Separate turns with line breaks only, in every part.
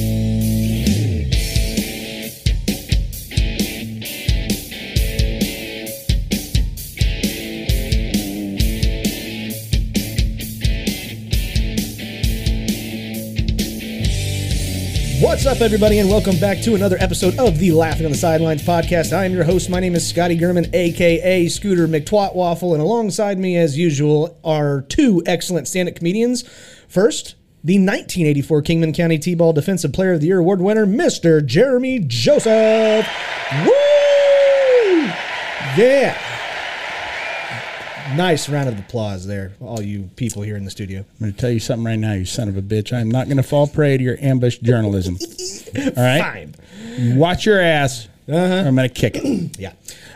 now. What's up, everybody, and welcome back to another episode of the Laughing on the Sidelines podcast. I am your host. My name is Scotty Gurman, aka Scooter McTwat Waffle, and alongside me, as usual, are two excellent stand-up comedians. First, the 1984 Kingman County T-Ball Defensive Player of the Year award winner, Mr. Jeremy Joseph. Woo! Yeah. Nice round of applause there, all you people here in the studio.
I'm going to tell you something right now, you son of a bitch. I'm not going to fall prey to your ambush journalism. All right?
Fine. Uh-huh.
Watch your ass. Or I'm going to kick it.
Yeah.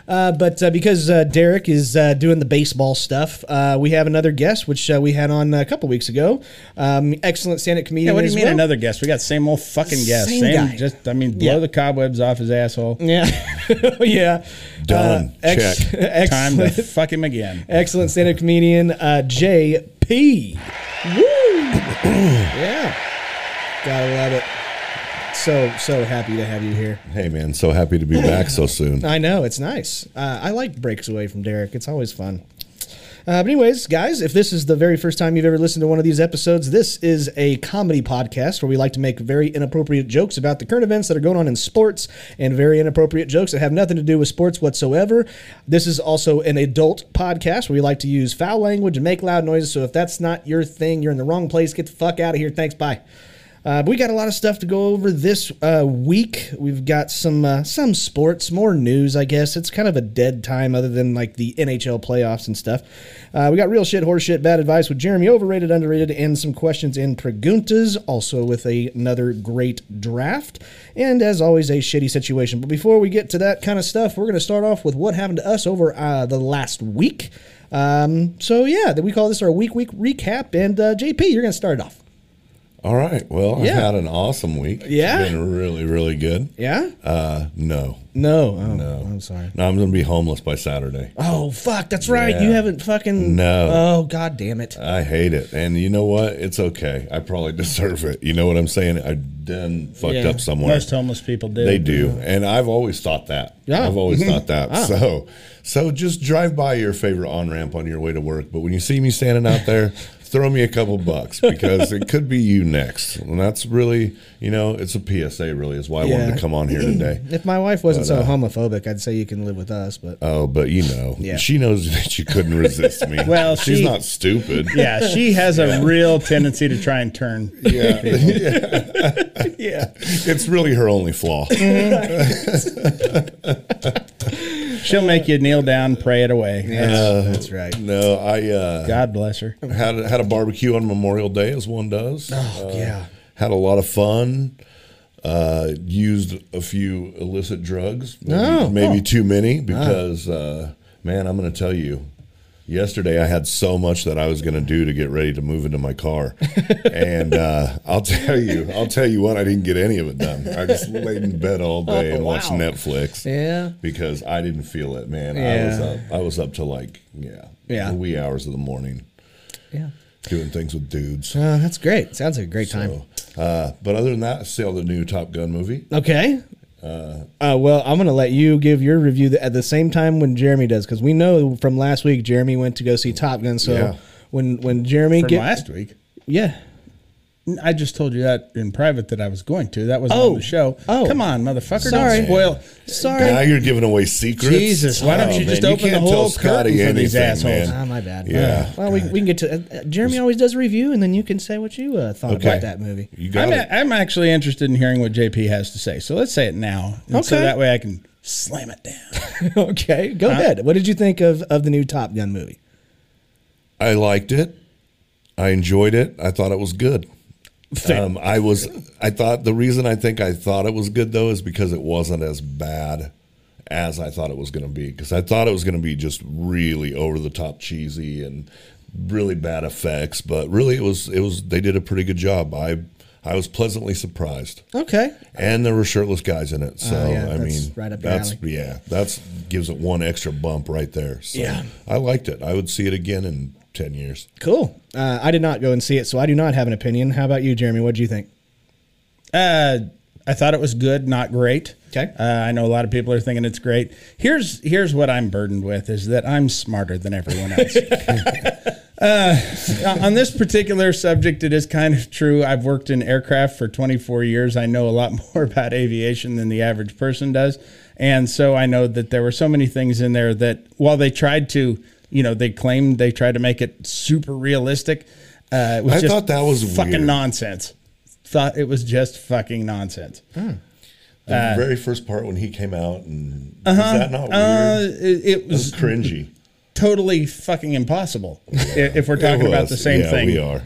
Uh, but uh, because uh, Derek is uh, doing the baseball stuff, uh, we have another guest, which uh, we had on a couple weeks ago. Um, excellent stand-up comedian.
yeah, what do
as
you mean
well.
another guest? We got same old fucking guest.
Same guy.
Just, I mean, blow
Yeah. Mm.
the cobwebs off his asshole.
Yeah, yeah. Uh,
Done. Check.
Time to
Excellent,
fuck him again.
excellent stand-up comedian uh, J.P. Woo! yeah, gotta love it. So so happy to have you here.
Hey man, so happy to be back so soon.
I know it's nice. Uh, I like breaks away from Derek. It's always fun. Uh, but anyways, guys, if this is the very first time you've ever listened to one of these episodes, this is a comedy podcast where we like to make very inappropriate jokes about the current events that are going on in sports and very inappropriate jokes that have nothing to do with sports whatsoever. This is also an adult podcast where we like to use foul language and make loud noises. So if that's not your thing, you're in the wrong place. Get the fuck out of here. Thanks. Bye. Uh, but we got a lot of stuff to go over this uh, week. We've got some uh, some sports, more news, I guess. It's kind of a dead time, other than like the NHL playoffs and stuff. Uh, we got real shit, horse shit, bad advice with Jeremy, overrated, underrated, and some questions and preguntas. Also with a, another great draft, and as always, a shitty situation. But before we get to that kind of stuff, we're going to start off with what happened to us over uh, the last week. Um, so yeah, that we call this our week week recap. And uh, JP, you're going to start it off.
All right. Well,
Yeah.
I had an awesome week. It's
Yeah?
been really, really good.
Yeah.
Uh, no,
No, oh,
no.
I'm sorry.
No, I'm gonna be homeless by Saturday.
Oh fuck, that's right.
Yeah.
You haven't fucking
No. Uh,
Oh god damn it.
I hate it, and you know what? It's okay. I probably deserve it. You know what I'm saying? I done fucked
Yeah.
up somewhere.
Most homeless people do.
They do, and I've always thought that.
Yeah.
I've always thought that. So, so just drive by your favorite on ramp on your way to work. But when you see me standing out there, throw me a couple bucks because it could be you next. And that's really, you know, it's a PSA. Really, is why I wanted
Yeah.
to come on here today.
If my wife wasn't so homophobic, I'd say you can live with us, but
uh, Oh, but you know,
Yeah.
she knows that you couldn't resist me.
Well,
she's
she-
not stupid.
Yeah, she has a real tendency to try and turn.
Yeah. yeah. It's really her only flaw.
She'll make you kneel down, pray it away.
that's right.
No, I uh,
God bless her.
had had a barbecue on Memorial Day as one does. Uh,
Oh, yeah.
had a lot of fun. Uh, used a few illicit drugs, maybe,
Oh,
maybe
oh.
too many because uh, man, I'm going to tell you. Yesterday, I had so much that I was going to do to get ready to move into my car, and uh, I'll tell you, I'll tell you what, I didn't get any of it done. I just laid in bed all day and watched
Oh, Wow.
Netflix,
Yeah.
because I didn't feel it, man. I was
Yeah.
up, I was up to like yeah,
Yeah.
the wee hours of the morning
Yeah.
doing things with dudes.
Uh, that's great. Sounds like a great time.
So, uh, but other than that, I saw the new Top Gun movie.
Okay. Uh, well, I'm going to let you give your review th- at the same time when Jeremy does, because we know from last week Jeremy went to go see Top Gun. So
Yeah.
when when Jeremy
from
get-
last week.
yeah,
I just told you that in private that I was going to. That wasn't
Oh.
on the show.
Oh.
come on, motherfucker!
Sorry.
Don't spoil.
sorry,
Now you're giving away secrets. Oh,
Jesus, why don't you just open the
can't
whole
tell Scotty
curtain for these
anything,
assholes.
Ah, my bad.
Yeah.
Uh, well, we, we can get to uh, uh, Jeremy always does a review, and then you can say what you uh, thought
Okay.
about that movie.
You got
I'm,
it.
a, I'm actually interested in hearing what JP has to say. So let's say it now, and so
Okay.
that way I can slam it down.
okay, go ahead. What did you think of of the new Top Gun movie?
I liked it. I enjoyed it. I thought it was good. Um, I was. I thought the reason I think I thought it was good though is because it wasn't as bad as I thought it was going to be. Because I thought it was going to be just really over the top cheesy and really bad effects, but really it was. It was. They did a pretty good job. I I was pleasantly surprised.
Okay,
And there were shirtless guys in it,
Oh,
so
yeah,
I
that's
mean,
right up your
that's
alley.
yeah, that's gives it one extra bump right there. So
Yeah.
I liked it. I would see it again in ten years.
cool. Uh, I did not go and see it, so I do not have an opinion. How about you, Jeremy? What do you think?
Uh, I thought it was good, not great.
Okay.
Uh, I know a lot of people are thinking it's great. Here's here's what I'm burdened with is that I'm smarter than everyone else. Uh, on this particular subject, it is kind of true. I've worked in aircraft for 24 years. I know a lot more about aviation than the average person does. And so I know that there were so many things in there that while they tried to, you know, they claimed they tried to make it super realistic. Uh, it was
I
just
thought that was
fucking
weird.
nonsense. Thought it was just fucking nonsense. Uh,
The very first part when he came out, and is that not weird?
Uh, it, it
it was
was
cringy.
totally fucking impossible. i- If we're talking
It
about
was.
the same
yeah,
thing,
we are.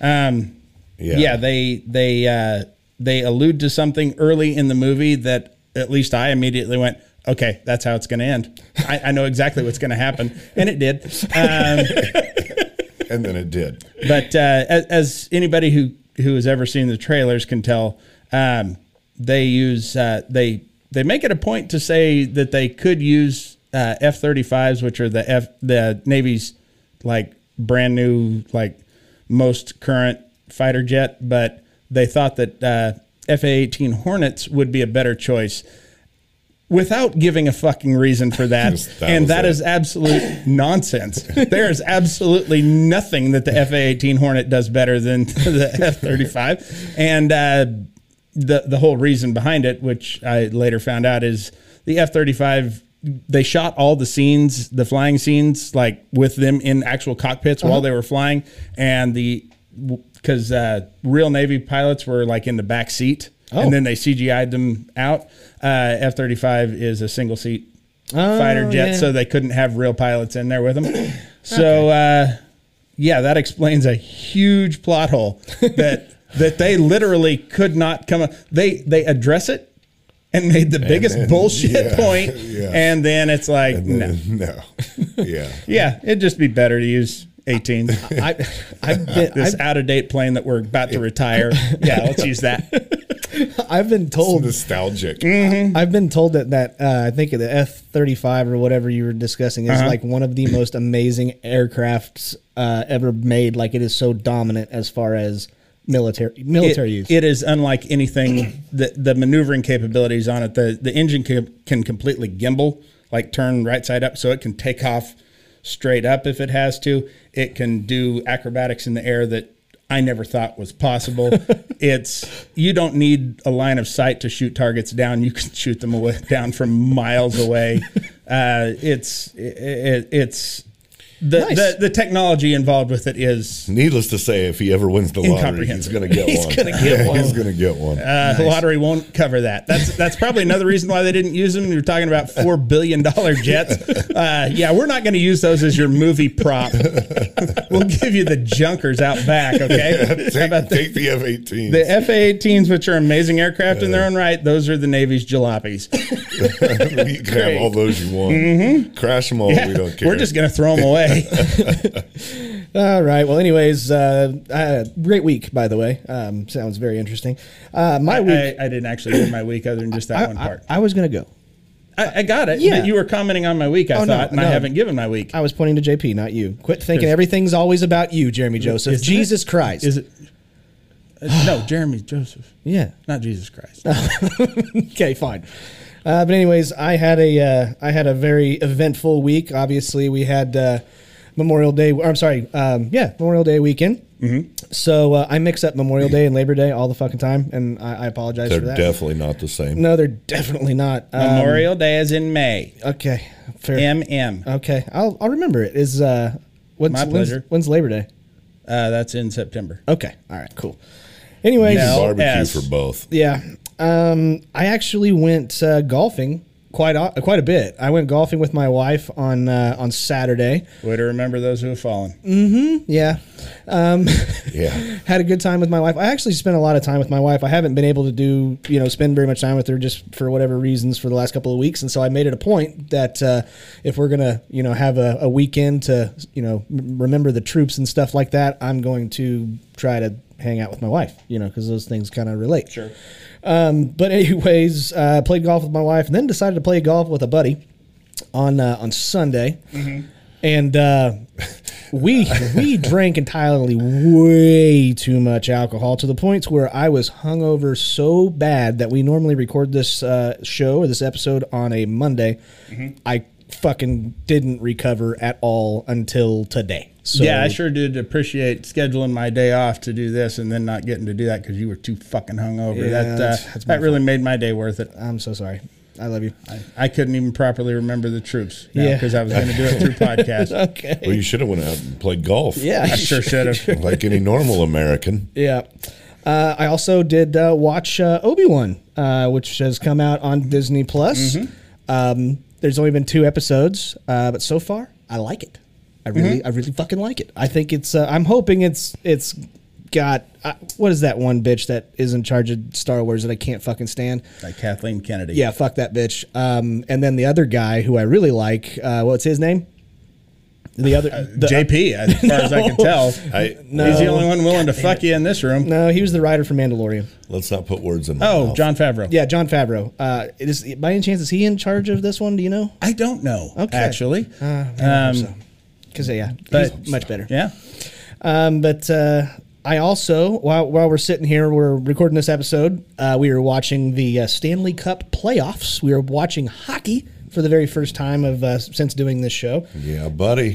Um,
Yeah.
yeah. they they uh, they allude to something early in the movie that at least I immediately went, okay, that's how it's going to end. I, I know exactly what's going to happen, and it did. Um,
and then it did.
but uh, as, as anybody who who has ever seen the trailers can tell, um, they use uh, they they make it a point to say that they could use uh, F thirty fives, which are the F the Navy's like brand new like most current fighter jet, but they thought that uh, FA eighteen Hornets would be a better choice. Without giving a fucking reason for that,
That
and
was
that
it.
is absolute nonsense. There is absolutely nothing that the FA 18 Hornet does better than the F 35. And uh, the, the whole reason behind it, which I later found out, is the F 35. They shot all the scenes, the flying scenes, like with them in actual cockpits
Uh-huh.
while they were flying. And the, because uh, real Navy pilots were like in the back seat.
Oh.
And then they CGI'd them out. Uh, F 35 is a single seat fighter jet,
Oh, yeah.
so they couldn't have real pilots in there with them. So, uh, yeah, that explains a huge plot hole that that they literally could not come up. They they address it and made the biggest
then-
bullshit
yeah,
point,
yeah.
and then it's like,
And
no,
then, no. Yeah.
yeah, it'd just be better to use. 18
I, I've been,
this
I've,
out of date plane that we're about to retire. Yeah, let's use that.
I've been
It's
told
nostalgic.
Mm-hmm.
I've been told that that uh, I think the F thirty five or whatever you were discussing is like one of the most amazing aircrafts uh, ever made. Like it is so dominant as far as military military
It-
use.
It is unlike anything. the The maneuvering capabilities on it. The the engine can, can completely gimbal, like turn right side up, so it can take off straight up if it has to. It can do acrobatics in the air that I never thought was possible. it's you don't need a line of sight to shoot targets down. You can shoot them away, down from miles away. Uh, it's it, it, it's. The,
Nice.
the, the technology involved with it is
Needless to say, if he ever wins the lottery, he's going to get
He's
one.
gonna get
Yeah,
one.
He's going to get one.
Uh, The lottery won't cover that. That's that's probably another reason why they didn't use them. You're talking about four billion dollar jets. Uh, yeah, we're not going to use those as your movie prop. we'll give you the junkers out back. Okay,
take, take the F 18.
the F-18s, which are amazing aircraft in their own right, those are the Navy's jalopies.
you can have all those you want.
Mm-hmm.
Crash them all.
Yeah,
we don't care.
we're just going to throw them away.
All right. Well, anyways, uh, uh, great week by the way. Um, sounds very interesting. Uh, my week.
I, I didn't actually do my week other than just that
I,
one
I-
part.
I was gonna go.
I, I got it.
Yeah.
but you were commenting on my week. I
Oh, no,
thought, and I
no.
haven't given my week.
I was pointing to JP, not you. Quit thinking everything's always about you, Jeremy Joseph.
Isn't it?
Jesus Christ.
Is it? Uh, no, Jeremy Joseph,
Yeah.
not Jesus Christ.
Okay, fine. Uh, but anyways, I had a uh, I had a very eventful week. Obviously, we had uh, Memorial Day. Or I'm sorry. Um, yeah, Memorial Day weekend. Mm-hmm. So uh, I mix up Memorial Day and Labor Day all the fucking time, and I, I apologize
They're
for that.
definitely not the same.
no, they're definitely not. Um,
Memorial Day is in May.
okay, fair.
MM. Uh,
Okay, I'll I'll remember it. Is uh, when's,
My pleasure.
When's, when's Labor Day?
that's in September.
Okay, all right, cool. Anyways,
No.
Barbecue
LS.
for both.
Yeah. Um, I actually went uh, golfing quite o- quite a bit. I went golfing with my wife on uh, on Saturday.
Way to remember those who have fallen.
Yeah.
Yeah.
Had a good time with my wife. I actually spent a lot of time with my wife. I haven't been able to do, you know, spend very much time with her just for whatever reasons for the last couple of weeks. And so I made it a point that uh, if we're going to, you know, have a, a weekend to, you know, m- remember the troops and stuff like that, I'm going to try to hang out with my wife, you know, because those things kind of relate. Sure. but anyways, uh, played golf with my wife, and then decided to play golf with a buddy on uh, on Sunday.
Mm-hmm.
And uh, we we drank entirely way too much alcohol to the point where I was hungover so bad that we normally record this uh, show or this episode on a Monday.
Mm-hmm.
I fucking didn't recover at all until today. So
yeah, I sure did appreciate scheduling my day off to do this and then not getting to do that because you were too fucking hungover.
Yeah,
that uh,
that's- that's my
that really made my day worth it.
I'm so sorry. I love you.
I couldn't even properly remember the troops
Yeah.
because I was going to do it through podcast.
okay.
Well, you should have went out and played golf.
Yeah.
I sure should have.
Like any normal American.
Yeah. Uh, I also did uh, watch uh, Obi Wan, uh, which has come out on Disney Plus. Um, there's only been two episodes, uh, but so far I like it. I really, I really fucking like it. I think it's. Uh, I'm hoping it's it's got uh, what is that one bitch that is in charge of Star Wars that I can't fucking stand.
Like Kathleen Kennedy.
Yeah, fuck that bitch. Um, and then the other guy who I really like, uh, what's his name? The other the, uh,
JP, as far as I can tell.
I,
He's the only one willing to fuck you in this room.
No, uh, he was the writer for Mandalorian.
Let's not put words in my
Oh,
mouth.
John Favreau.
Yeah, John Favreau. Uh, is by any chance is he in charge of this one? Do you know?
I don't know,
Okay. Uh,
actually. um,
Because yeah,
But-
he's much better.
Yeah.
Um, but uh, I also while while we're sitting here, we're recording this episode. Uh, we were watching the uh, Stanley Cup playoffs. We were watching hockey for the very first time of uh, since doing this show.
Mm-hmm.
Yeah, buddy.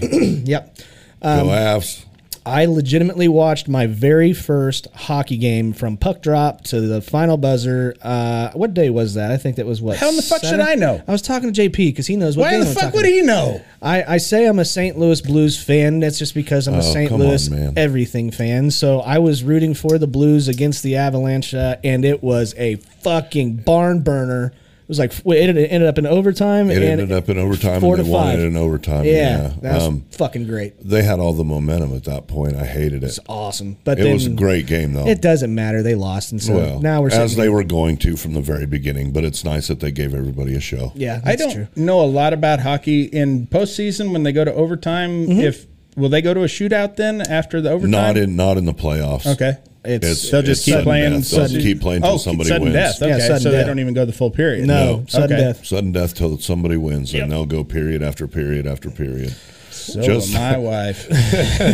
Yep. Um,
Go Avs.
I legitimately watched my very first hockey game from puck drop to the final buzzer. Uh, what day was that? I think that was what.
How in the fuck should
Saturday?
I know?
I was talking to JP because he knows what.
Why
game
the
I'm
fuck
talking
would
about.
he know?
I, I say I'm a St. Louis Blues fan. That's just because I'm a St.
Oh, come on,
Louis
man.
everything fan. So I was rooting for the Blues against the Avalanche, uh, and it was a fucking barn burner. It was like it ended up in overtime.
It
and
ended up in overtime
four
and they
to
won
five.
it in overtime.
Yeah,
Yeah.
that was
Um,
fucking great.
they had all the momentum at that point. I hated it.
Awesome, but
It
then
was a great game, though.
It doesn't matter. They lost, and so
Well,
now we're
as
sitting.
they were going to from the very beginning, but it's nice that they gave everybody a show.
yeah,
I
that's
don't
true.
know a lot about hockey in postseason when they go to overtime.
Mm-hmm.
If will they go to a shootout then after the overtime?
Not in not in the playoffs.
Okay.
It's,
It's-
They'll just
It's
keep
sudden
playing.
death. They'll
sudden-
keep playing till
oh,
somebody
sudden
wins.
Death. Okay,
Yeah, sudden
so they
death.
don't even go the full period.
no, sudden
Okay.
death.
Sudden death till somebody wins, and they'll go period after period after period.
So
Just-
my wife.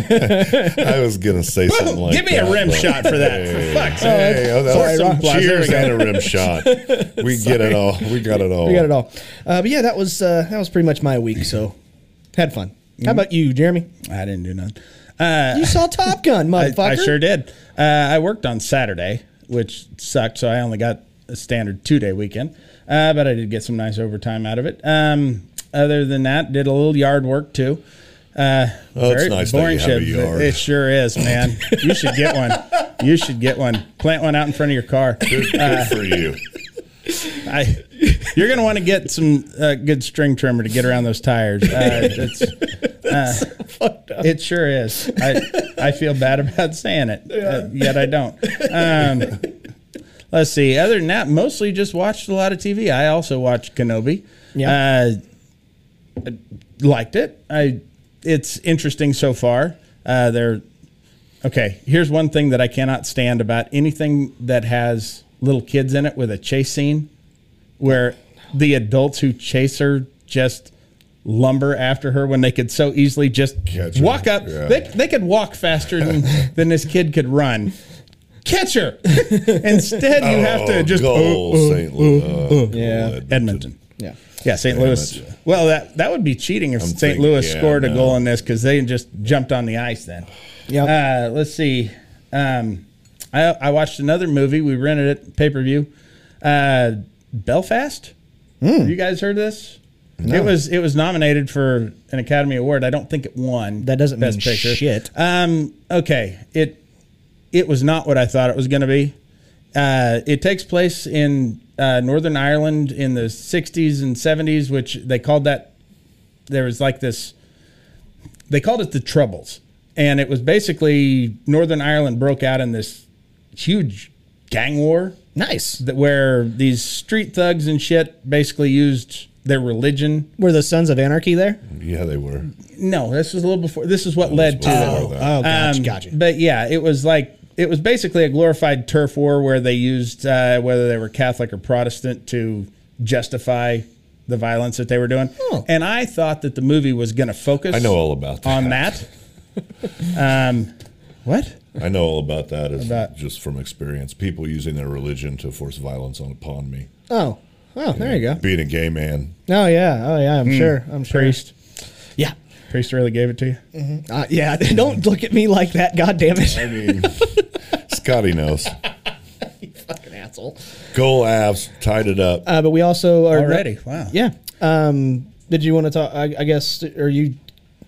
I was gonna say something like,
Give me a
that,
rim
but-
shot for that. For
Hey.
fuck's sake.
Hey, oh, that
Sorry,
was-
Ron. There we
cheers
go.
and a rim shot. We get it all. We got it all.
We got it all. Uh, but yeah, that was uh, that was pretty much my week. So had fun.
Mm-hmm.
How about you, Jeremy?
I didn't do none. Uh,
You saw Top Gun,
I,
motherfucker.
I sure did. Uh, I worked on Saturday, which sucked, so I only got a standard two day weekend, uh, but I did get some nice overtime out of it. Um, other than that, did a little yard work too. Uh,
Oh, it's nice that you have a
shit.
yard.
It sure is, man. you should get one. You should get one. Plant one out in front of your car.
Good,
Uh,
good for you.
I, you're going to want to get some uh, good string trimmer to get around those tires. Uh, it's, uh, It sure is. I, I feel bad about saying it, uh, yet I don't. Um, let's see. Other than that, mostly just watched a lot of TV. I also watched Kenobi.
Yeah.
Uh, liked it. I it's interesting so far. Uh, they're okay. Here's one thing that I cannot stand about anything that has little kids in it with a chase scene, where the adults who chase her just lumber after her when they could so easily just
Catch her.
walk up.
Yeah.
They, they could walk faster than than this kid could run. catcher. Instead, you have to just
goal, Oh, St. Louis. uh, goal,
Yeah. Edmonton.
Yeah.
Yeah, St. Louis. Well, that that would be cheating if St.
thinking-
Louis
yeah,
scored a
no.
goal in this because they just jumped on the ice then.
Yeah.
Uh, let's see. Um, I, I watched another movie. We rented it pay per view. Uh, Belfast.
Hmm.
Have You guys heard this? It was it was nominated for an Academy Award. I don't think it won.
That doesn't mean shit.
Um, okay, it it was not what I thought it was going to be. Uh, it takes place in uh, Northern Ireland in the '60s and '70s, which they called that. There was like this. They called it the Troubles, and it was basically Northern Ireland broke out in this huge gang war
nice.
that where these street thugs and shit basically used their religion.
Were the Sons of Anarchy there?
Yeah, they were.
No, this was a little before. This is what led to that.
Oh,
Oh, gotcha.
Um,
gotcha.
But yeah, it was like it was basically a glorified turf war where they used uh, whether they were Catholic or Protestant to justify the violence that they were doing.
Oh.
And I thought that the movie was going to focus.
I know all about that.
on that. um, what?
I know all about that. Is
About-
just from experience. People using their religion to force violence on, upon me.
oh. Oh, there you go.
Being a gay man.
Oh yeah. Oh yeah. I'm sure. I'm sure.
Hmm. Priest.
Yeah.
Priest really gave it to you.
Uh, yeah. Don't look at me like that. God damn it.
I mean, Scotty knows.
Fucking asshole.
Goal abs tied it up.
Uh, but we also are
Already? Wow.
Yeah. Um. Did you want to talk? I, I guess. Are you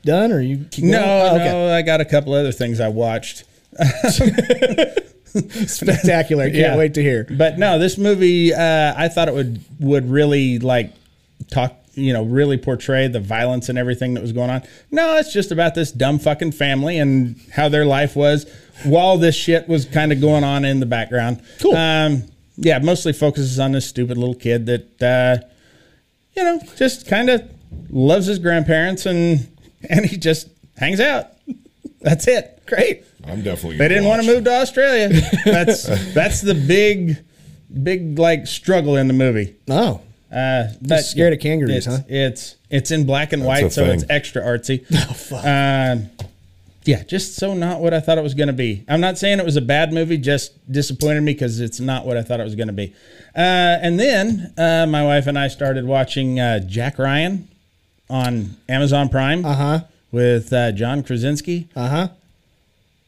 done? Or are you? keep
No,
going? Oh,
no, I got a couple other things I watched.
Spectacular. Can't
Yeah.
wait to hear.
But no, this movie, uh, I thought it would would really like talk, you know, really portray the violence and everything that was going on. No, it's just about this dumb fucking family and how their life was while this shit was kind of going on in the background.
Cool.
Um, yeah, mostly focuses on this stupid little kid that, uh, you know, just kind of loves his grandparents and and he just hangs out. That's it. Great.
I'm definitely.
They
gonna
didn't want to
watch.
move to Australia. That's that's the big, big like struggle in the movie.
Oh.
Uh, but
scared of kangaroos,
it's,
huh?
It's it's in black and
That's
white,
a
so it's
thing.
extra artsy. Oh fuck. Um, yeah, just so not what I thought it was going to be. I'm not saying it was a bad movie, just disappointed me because it's not what I thought it was going to be. Uh, and then uh, my wife and I started watching uh, Jack Ryan on Amazon Prime. Uh
Uh-huh.
huh. With uh, John Krasinski.
Uh huh.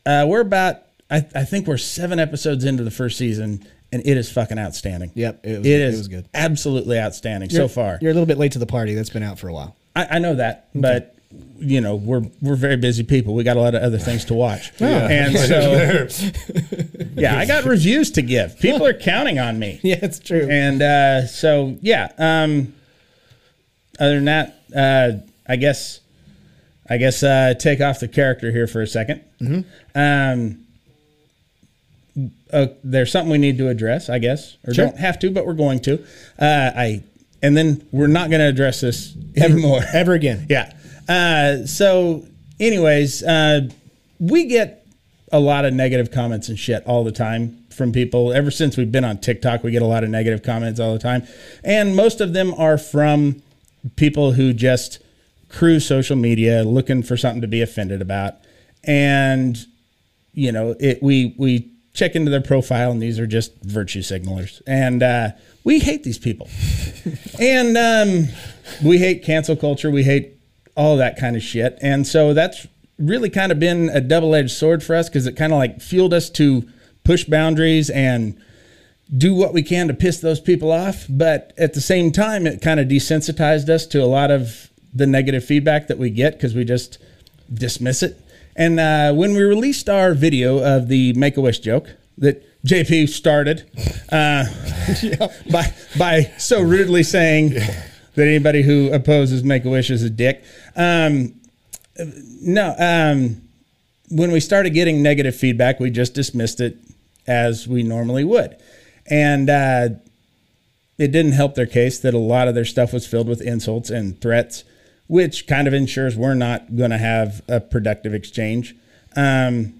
Uh, we're about, I, I think we're seven episodes into the first season, and it is fucking outstanding.
Yep, it was-
it
it
is
was good.
absolutely outstanding so far.
You're a little bit late to the party. That's been out for a while.
I, I know that, but you know we're we're very busy people. We got a lot of other things to watch, and so yeah, I got reviews to give. People are counting on me,
Yeah, it's true.
and uh, so yeah. Um, other than that, uh, I guess I guess uh, take off the character here for a 2nd
Mm-hmm.
Um, uh, there's something we need to address, I guess, or
Sure.
don't have to, but we're going to. Uh, I and then we're not going to address this anymore.
Ever again.
Yeah. Uh, so, anyways, uh, we get a lot of negative comments and shit all the time from people. Ever since we've been on TikTok, we get a lot of negative comments all the time. And most of them are from people who just cruise social media looking for something to be offended about. And you know, it we we check into their profile and these are just virtue signalers. And uh, we hate these people. and um, we hate cancel culture, we hate all that kind of shit. And so that's really kind of been a double-edged sword for us because it kind of like fueled us to push boundaries and do what we can to piss those people off. But at the same time, it kind of desensitized us to a lot of the negative feedback that we get because we just dismiss it. And uh, when we released our video of the Make a Wish joke that JP started uh, by by so rudely saying that anybody who opposes Make a Wish is a dick. Um, no, um, when we started getting negative feedback, we just dismissed it as we normally would. And uh, it didn't help their case that a lot of their stuff was filled with insults and threats, which kind of ensures we're not going to have a productive exchange. Um,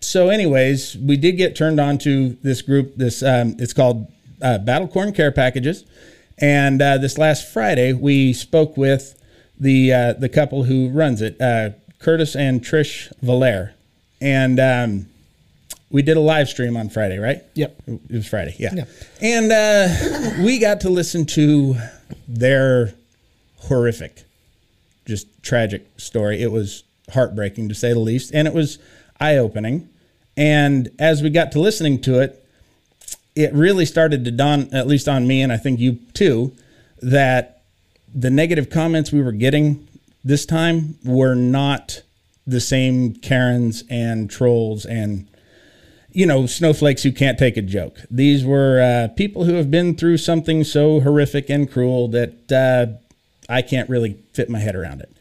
so, anyways, we did get turned on to this group. This um, it's called uh, Battle Corn Care Packages, and uh, this last Friday we spoke with the uh, the couple who runs it, uh, Curtis and Trish Valer, and um, we did a live stream on Friday, right?
Yep.
It was Friday, yeah.
Yeah.
And uh, we got to listen to their horrific, just tragic story. It was heartbreaking to say the least, and it was eye opening. And as we got to listening to it, it really started to dawn, at least on me, and I think you too, that the negative comments we were getting this time were not the same Karens and trolls and you know, snowflakes who can't take a joke. These were uh, people who have been through something so horrific and cruel that uh, I can't really fit my head around it.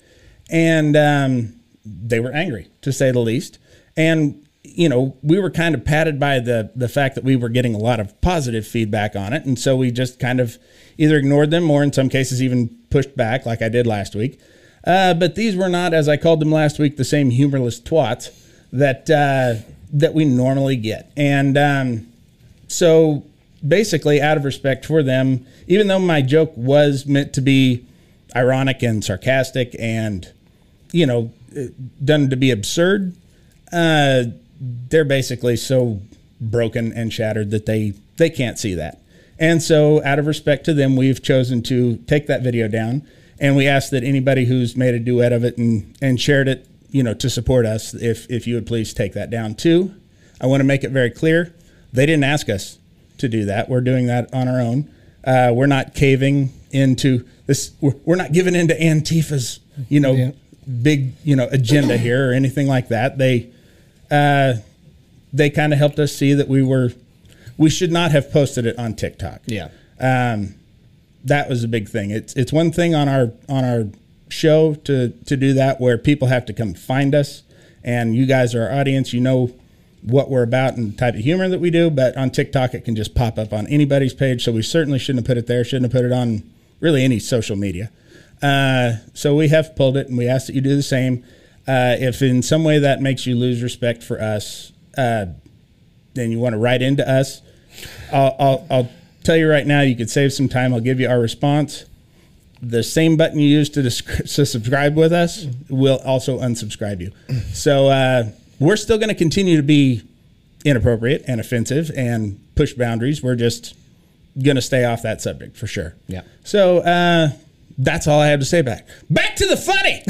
And um, they were angry, to say the least. And you know, we were kind of padded by the the fact that we were getting a lot of positive feedback on it, and so we just kind of either ignored them or, in some cases, even pushed back, like I did last week. Uh, but these were not, as I called them last week, the same humorless twats that uh, that we normally get. And um, so, basically, out of respect for them, even though my joke was meant to be ironic and sarcastic, and you know, uh, done to be absurd, uh, they're basically so broken and shattered that they they can't see that. And so, out of respect to them, we've chosen to take that video down, and we ask that anybody who's made a duet of it and and shared it, you know, to support us, if if you would please take that down too. I want to make it very clear, they didn't ask us to do that. We're doing that on our own. Uh, we're not caving into this. We're, we're not giving into Antifa's, you know,
Yeah.
big you know agenda here or anything like that. They uh, they kind of helped us see that we were we should not have posted it on TikTok.
Yeah.
Um, that was a big thing. It's it's one thing on our on our show to to do that where people have to come find us, and you guys are our audience. You know what we're about and the type of humor that we do. But on TikTok, it can just pop up on anybody's page. So we certainly shouldn't have put it there. Shouldn't have put it on really any social media. Uh, so we have pulled it, and we ask that you do the same. Uh, if in some way that makes you lose respect for us, uh, then you want to write into us. I'll, I'll, I'll tell you right now, you could save some time. I'll give you our response. The same button you use to, descri- to subscribe with us will also unsubscribe you. So uh, we're still going to continue to be inappropriate and offensive and push boundaries. We're just going to stay off that subject for sure.
Yeah.
So uh, that's all I have to say back. Back to the funny.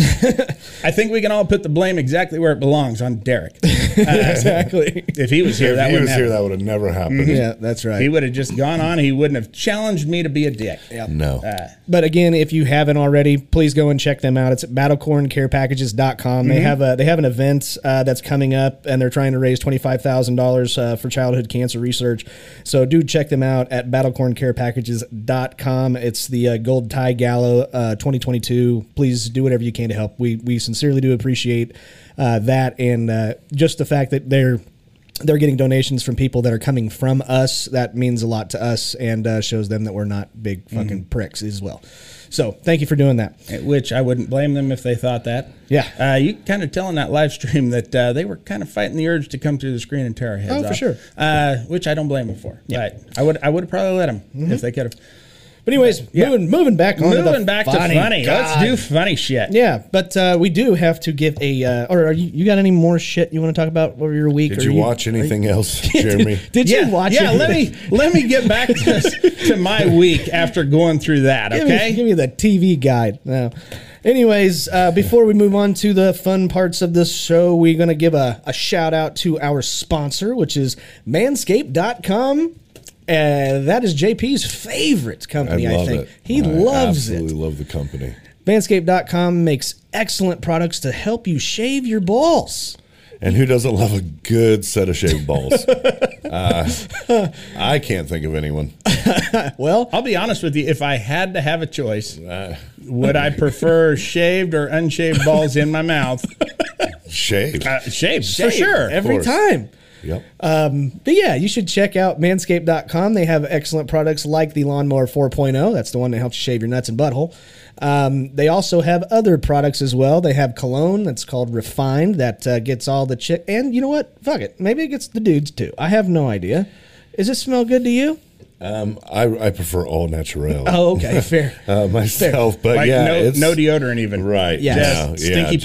I think we can all put the blame exactly where it belongs on Derek.
exactly.
If he was here,
If
that
he
would
was
happen.
here, that would have never
Mm-hmm.
happened.
Yeah, that's right.
He would have just gone on. He wouldn't have challenged me to be a dick.
No.
Uh,
But again, if you haven't already, please go and check them out. It's at battlecorncarepackages.com. They have a they have an event uh, that's coming up, and they're trying to raise twenty five thousand uh, dollars for childhood cancer research. So do check them out at battlecorncarepackages.com. It's the uh, Gold Tie Gallo uh, twenty twenty two. Please do whatever you can to help. We we sincerely do appreciate uh, that, and uh, just the fact that they're they're getting donations from people that are coming from us. That means a lot to us and uh, shows them that we're not big
Mm-hmm.
fucking pricks as well. So thank you for doing that.
At Which I wouldn't blame them if they thought that.
Yeah.
Uh, you kind of tell in that live stream that uh, they were kind of fighting the urge to come through the screen and tear our heads
Oh,
off.
for sure.
Uh, which I don't blame them for. Yeah. I would I would have probably let them
Mm-hmm.
if they could have.
But anyways, moving moving back on
Moving back to funny. Let's do funny shit.
Yeah, but uh, we do have to give a. Uh, or are you, you got any more shit you want to talk about over your week?
Did
or
you watch anything else, Jeremy?
Did, did
Yeah,
you watch?
yeah.
it?
Let me let me get back to, to my week after going through that.
Give
Okay,
me- Give me, the TV guide. No. Anyways, uh, before we move on to the fun parts of this show, we're going to give a, a shout out to our sponsor, which is manscaped.com. Uh, that is JP's favorite
I
company, I,
love
think.
it.
He
I
loves it.
Absolutely love the company.
Manscaped.com makes excellent products to help you shave your balls.
And who doesn't love a good set of shaved balls? Uh, I can't think of anyone.
Well,
Oh,
I'll be honest with you. If I had to have a choice, would I prefer shaved or unshaved balls in my mouth?
Shaved.
Uh, shaved, for sure.
every
course.
time.
Yep.
But yeah, you should check out manscaped.com. They have excellent products like the Lawnmower 4.0. That's the one that helps you shave your nuts and butthole. Um, they also have other products as well. They have cologne that's called Refined that uh, gets all the chick. And you know what? Fuck it. Maybe it gets the dudes too. I have no idea. Does it smell good to you?
Um, I, I prefer all natural.
Oh, okay, fair.
uh, myself, but
Like
yeah,
no,
it's
no deodorant even.
Right.
Yeah.
Yeah.
Just stinky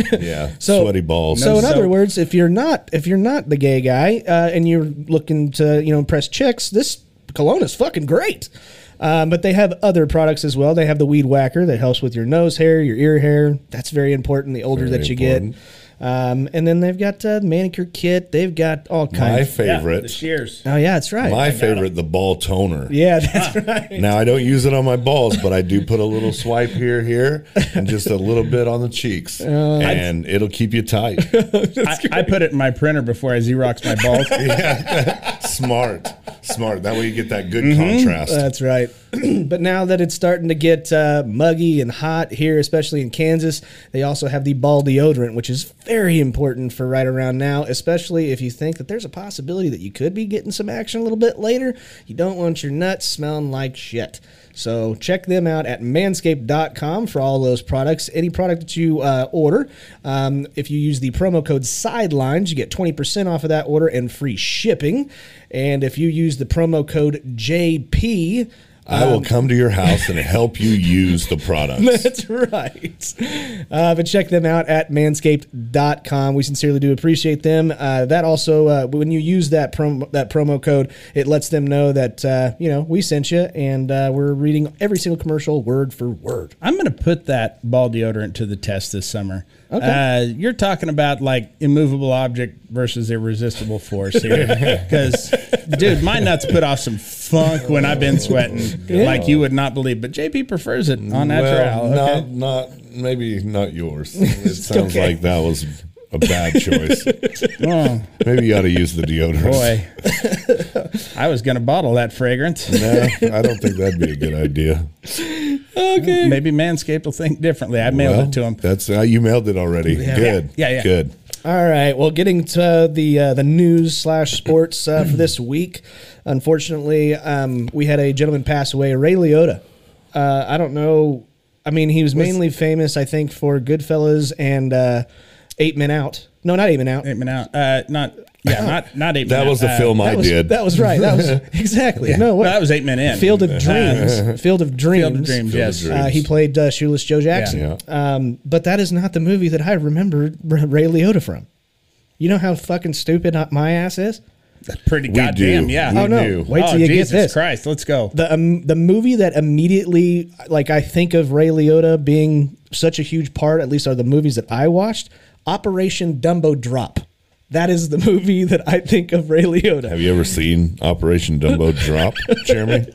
pits. yeah.
So-
sweaty balls.
So in
so-
other words, if you're not if you're not the gay guy uh, and you're looking to you know impress chicks, this cologne is fucking great. Um, but they have other products as well. They have the weed whacker that helps with your nose hair, your ear hair. That's very important. The older
Very
that you
important.
get, um, and then they've got uh, manicure kit. They've got all
my
kinds.
Yeah,
favorite.
The shears.
oh yeah, that's right.
my Ah. favorite. The ball toner.
yeah, that's right.
Now I don't use it on my balls, but I do put a little swipe here, here, and just a little bit on the cheeks, and it'll keep you tight.
I, I put it in my printer before I Xerox my balls.
smart, smart. That way you get that good contrast.
That's right. but now that it's starting to get uh, muggy and hot here, especially in Kansas, they also have the ball deodorant, which is very important for right around now, especially if you think that there's a possibility that you could be getting some action a little bit later. You don't want your nuts smelling like shit. So check them out at manscaped.com for all those products. Any product that you uh, order, um, if you use the promo code SIDELINES, you get 20% off of that order and free shipping. And if you use the promo code JP,
I will come to your house and help you use the products.
that's right. Uh, but check them out at manscaped.com. We sincerely do appreciate them. Uh, that also, uh, when you use that promo, that promo code, it lets them know that, uh, you know, we sent you and uh, we're reading every single commercial word for word.
I'm going to put that ball deodorant to the test this summer. Okay. Uh, you're talking about like immovable object versus irresistible force here. Because, dude, my nuts put off some funk when I've been sweating like you would not believe. But JP prefers it on natural.
Well,
okay.
not, not, maybe not yours. It sounds
okay.
like that was a bad choice.
Oh,
maybe you ought to use the deodorant.
boy. I was going to bottle that fragrance.
No, Uh, I don't think that'd be a good idea.
Maybe Manscaped will think differently. I mailed
Well,
it to him.
That's uh, you mailed it already. Good.
Yeah, yeah.
Good.
All right. Well, getting to the uh, the news slash sports uh, for this week. Unfortunately, um, we had a gentleman pass away, Ray Liotta. Uh, I don't know. I mean, he was mainly famous, I think, for Goodfellas and uh, Eight Men Out. No, not Eight Men Out.
Eight men out. Uh, not, yeah, not, not eight
That
men
was
out.
the
Uh,
film I
that was,
did.
That was right. That was exactly. No, what?
Well, that was eight men in.
Field of Dreams. Field of Dreams.
Field of Dreams, yes.
Dreams.
Uh, he played uh, Shoeless Joe Jackson.
Yeah.
Um, but that is not the movie that I remembered R- Ray Liotta from. You know how fucking stupid my ass is?
Pretty
We
goddamn,
do.
yeah.
We
Oh, no.
do.
Wait till you get
Jesus
this.
Christ, let's go.
The, um, the movie that immediately, like, I think of Ray Liotta being such a huge part, at least are the movies that I watched Operation Dumbo Drop. That is the movie that I think of Ray Liotta.
Have you ever seen Operation Dumbo Drop, Jeremy?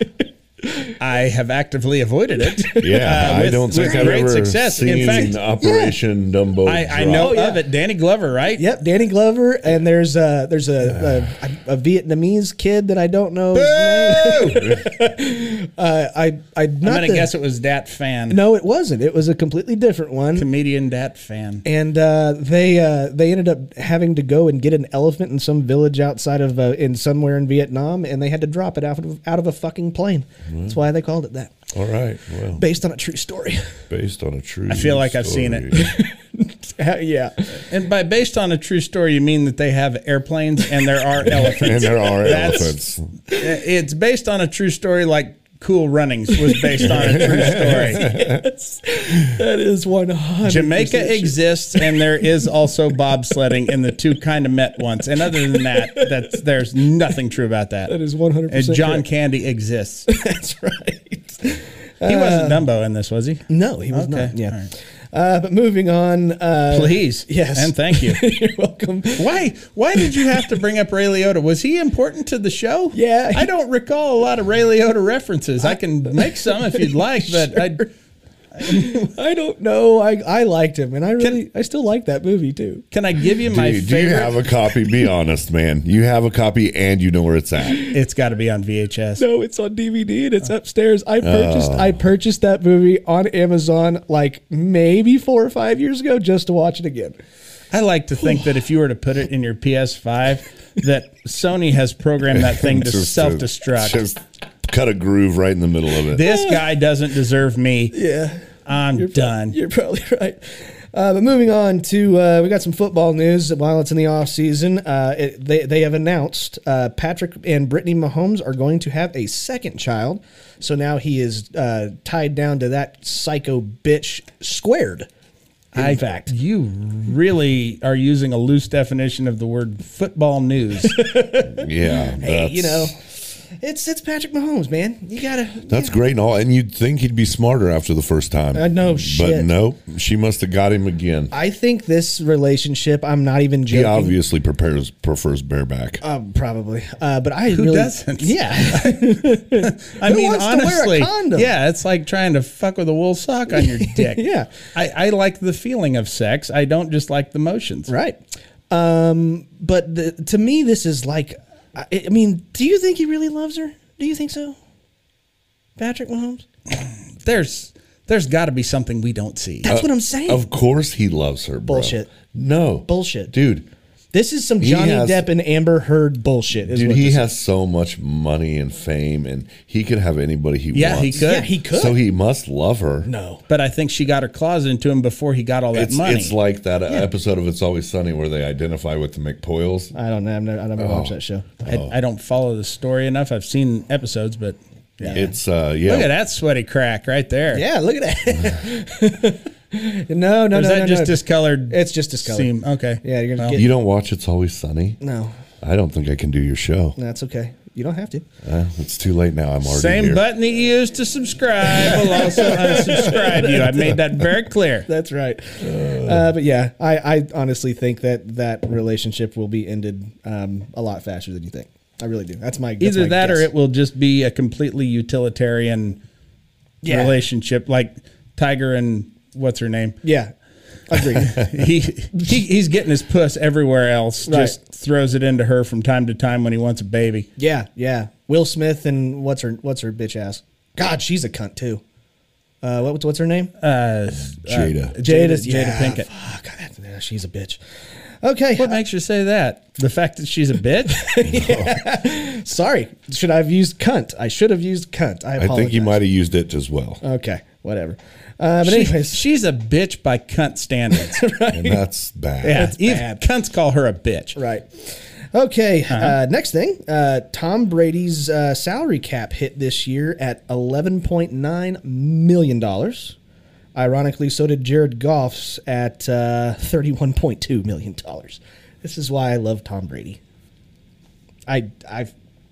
I have actively avoided it.
Yeah,
Uh,
I
with-
don't think
with
I've
great
ever
success.
seen
In fact,
Operation Dumbo
I,
Drop.
I know
Oh, yeah.
of it. Danny Glover, right?
Yep, Danny Glover, and there's a there's a, a, a Vietnamese kid that I don't know. His name. Uh, I I
I'm
not
gonna
the-
guess it was Dat Fan,
No, it wasn't. It was a completely different one.
comedian Dat Fan.
And uh, they uh, they ended up having to go and get an elephant in some village outside of uh, in somewhere in Vietnam, and they had to drop it out of out of a fucking plane. That's why they called it that,
All right. Well,
based on a true story.
based on a true.
I feel like I've seen it.
yeah,
And by based on a true story, you mean that they have airplanes and there are
and
elephants.
there are
That's-
elephants.
it's based on a true story, like Cool Runnings was based on a true story.
that is one hundred.
Jamaica exists, and there is also bobsledding, and the two kind of met once. And other than that, that's there's nothing true about that.
That is one hundred
And
percent.
John Candy exists.
that's right.
He wasn't Dumbo in this, was he?
No, he was
Okay,
not. Yeah.
all right.
Uh, but moving on. Uh,
Please,
yes.
and thank you.
You're welcome.
Why? Why did you have to bring up Ray Liotta? Was he important to the show?
Yeah.
I don't recall a lot of Ray Liotta references. I can make some if you'd like, but I
I don't know. I, I liked him, and I really I still like that movie too.
can I give you my
Dude, do you
favorite?
have a copy? Be honest, man. You have a copy, and you know where it's at.
it's got to be on VHS.
No, it's on DVD and
Oh.
it's upstairs. I purchased I purchased that movie on Amazon like maybe four or five years ago just to watch it again.
I like to think that if you were to put it in your PS5, that Sony has programmed that thing to
Just
self destruct.
Just cut a groove right in the middle of it.
This guy doesn't deserve me.
Yeah,
I'm done.
you're probably right. Uh, but moving on to uh, we got some football news. While it's in the off season, uh, it, they they have announced uh, Patrick and Brittany Mahomes are going to have a second child. So now he is uh, tied down to that psycho bitch squared. In
I-
fact,
You really are using a loose definition of the word football news.
Yeah, that's,
you know, it's it's Patrick Mahomes, man. You gotta.
that's great and all. And you'd think he'd be smarter after the first time.
I know, Uh, shit.
but nope. She must have got him again.
I think this relationship. I'm not even
He
joking.
obviously prepares prefers bareback.
Um, probably, uh, but I really
doesn't?
Yeah,
I
Who
mean,
wants to wear a
honestly,
condom?
yeah, it's like trying to fuck with a wool sock on your dick.
Yeah.
I, I like the feeling of sex. I don't just like the motions.
right. Um, but the, to me, this is like, I, I mean, do you think he really loves her? Do you think so, Patrick Mahomes?
There's there's got to be something we don't see.
That's what I'm saying.
Uh, Of course, he loves her. Bro.
Bullshit.
No
Bullshit.
dude.
this is some
He
Johnny
has-
Depp and Amber Heard bullshit. Is
Dude,
what
he
this-
has so much money and fame, and he could have anybody he
Yeah, he
wants.
could.
yeah, he could.
So he must love her.
no,
But I think she got her claws into him before he got all that
It's,
money.
it's like that uh episode of It's Always Sunny where they identify with the McPoyles.
I don't know. I've never, I've never
Oh.
watched that show.
I, I don't follow the story enough. I've seen episodes, but
It's uh yeah.
look at that sweaty crack right there.
Yeah, look at that. no, no,
Or is
no,
that
no,
just
no.
discolored?
It's just discolored.
Seam? Okay.
Yeah, you're gonna
Well,
get
You don't watch It's Always Sunny?
no.
I don't think I can do your show.
That's okay. You don't have to.
Uh, it's too late now. I'm already
Same
here.
button that you use to subscribe will also unsubscribe you. I made that very clear.
That's right. Uh, but yeah, I, I honestly think that that relationship will be ended um, a lot faster than you think. I really do. That's my that's
Either
my
that or
guess.
it will just be a completely utilitarian
Yeah.
relationship, like Tiger and what's her name.
Yeah, agree.
He, he he's getting his puss everywhere else.
Right.
Just throws it into her from time to time when he wants a baby.
yeah, yeah. Will Smith and what's her what's her bitch ass? God, she's a cunt too. Uh, what, what's her name?
Jada.
uh, Jada
Jada's-
Jada Pinkett.
Fuck, God, yeah, uh, she's a bitch. Okay,
What makes you say that? The fact that she's a bitch.
sorry. Should I have used cunt? I should have used cunt. I
I
apologize.
think you might have used it as well.
Okay, whatever. Uh, but
She-
anyways,
she's a bitch by cunt standards.
and that's bad.
yeah, even cunts call her a bitch.
Right. Okay. uh next thing, uh, Tom Brady's uh, salary cap hit this year at eleven point nine million dollars. Ironically, so did Jared Goff's at uh, thirty-one point two million dollars. This is why I love Tom Brady. I I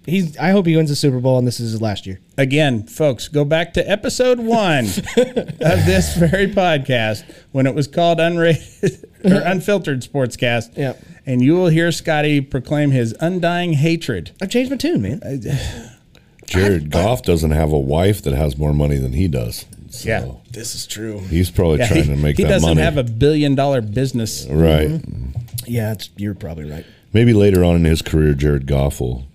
he's I hope he wins the Super Bowl and this is his last year.
Again, folks, go back to episode one of this very podcast when it was called Unrated or Unfiltered Sportscast.
Yep.
And you will hear Scotty proclaim his undying hatred.
I've changed my tune, man.
Jared Goff doesn't have a wife that has more money than he does. So
Yeah.
this is true.
he's probably
Yeah,
trying
he
to make
he
that
doesn't
money.
have a Mm-hmm. billion dollar business.
right.
Yeah, it's, you're probably right.
Maybe later on in his career, Jared Goff will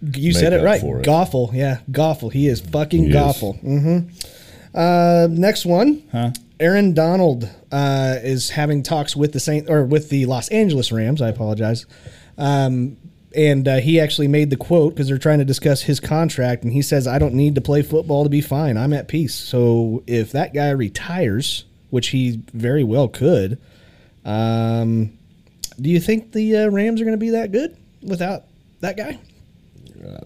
You said
make
it
up
right.
for it.
Goffle, yeah, Goffle. He is fucking
He is.
Goffle. hmm Uh, next one, Aaron Donald uh, is having talks with the Saint or with the Los Angeles Rams. I apologize, um, and uh, he actually made the quote because they're trying to discuss his contract, and he says, "I don't need to play football to be fine. I'm at peace." So if that guy retires, which he very well could, um, do you think the uh, Rams are going to be that good without that guy?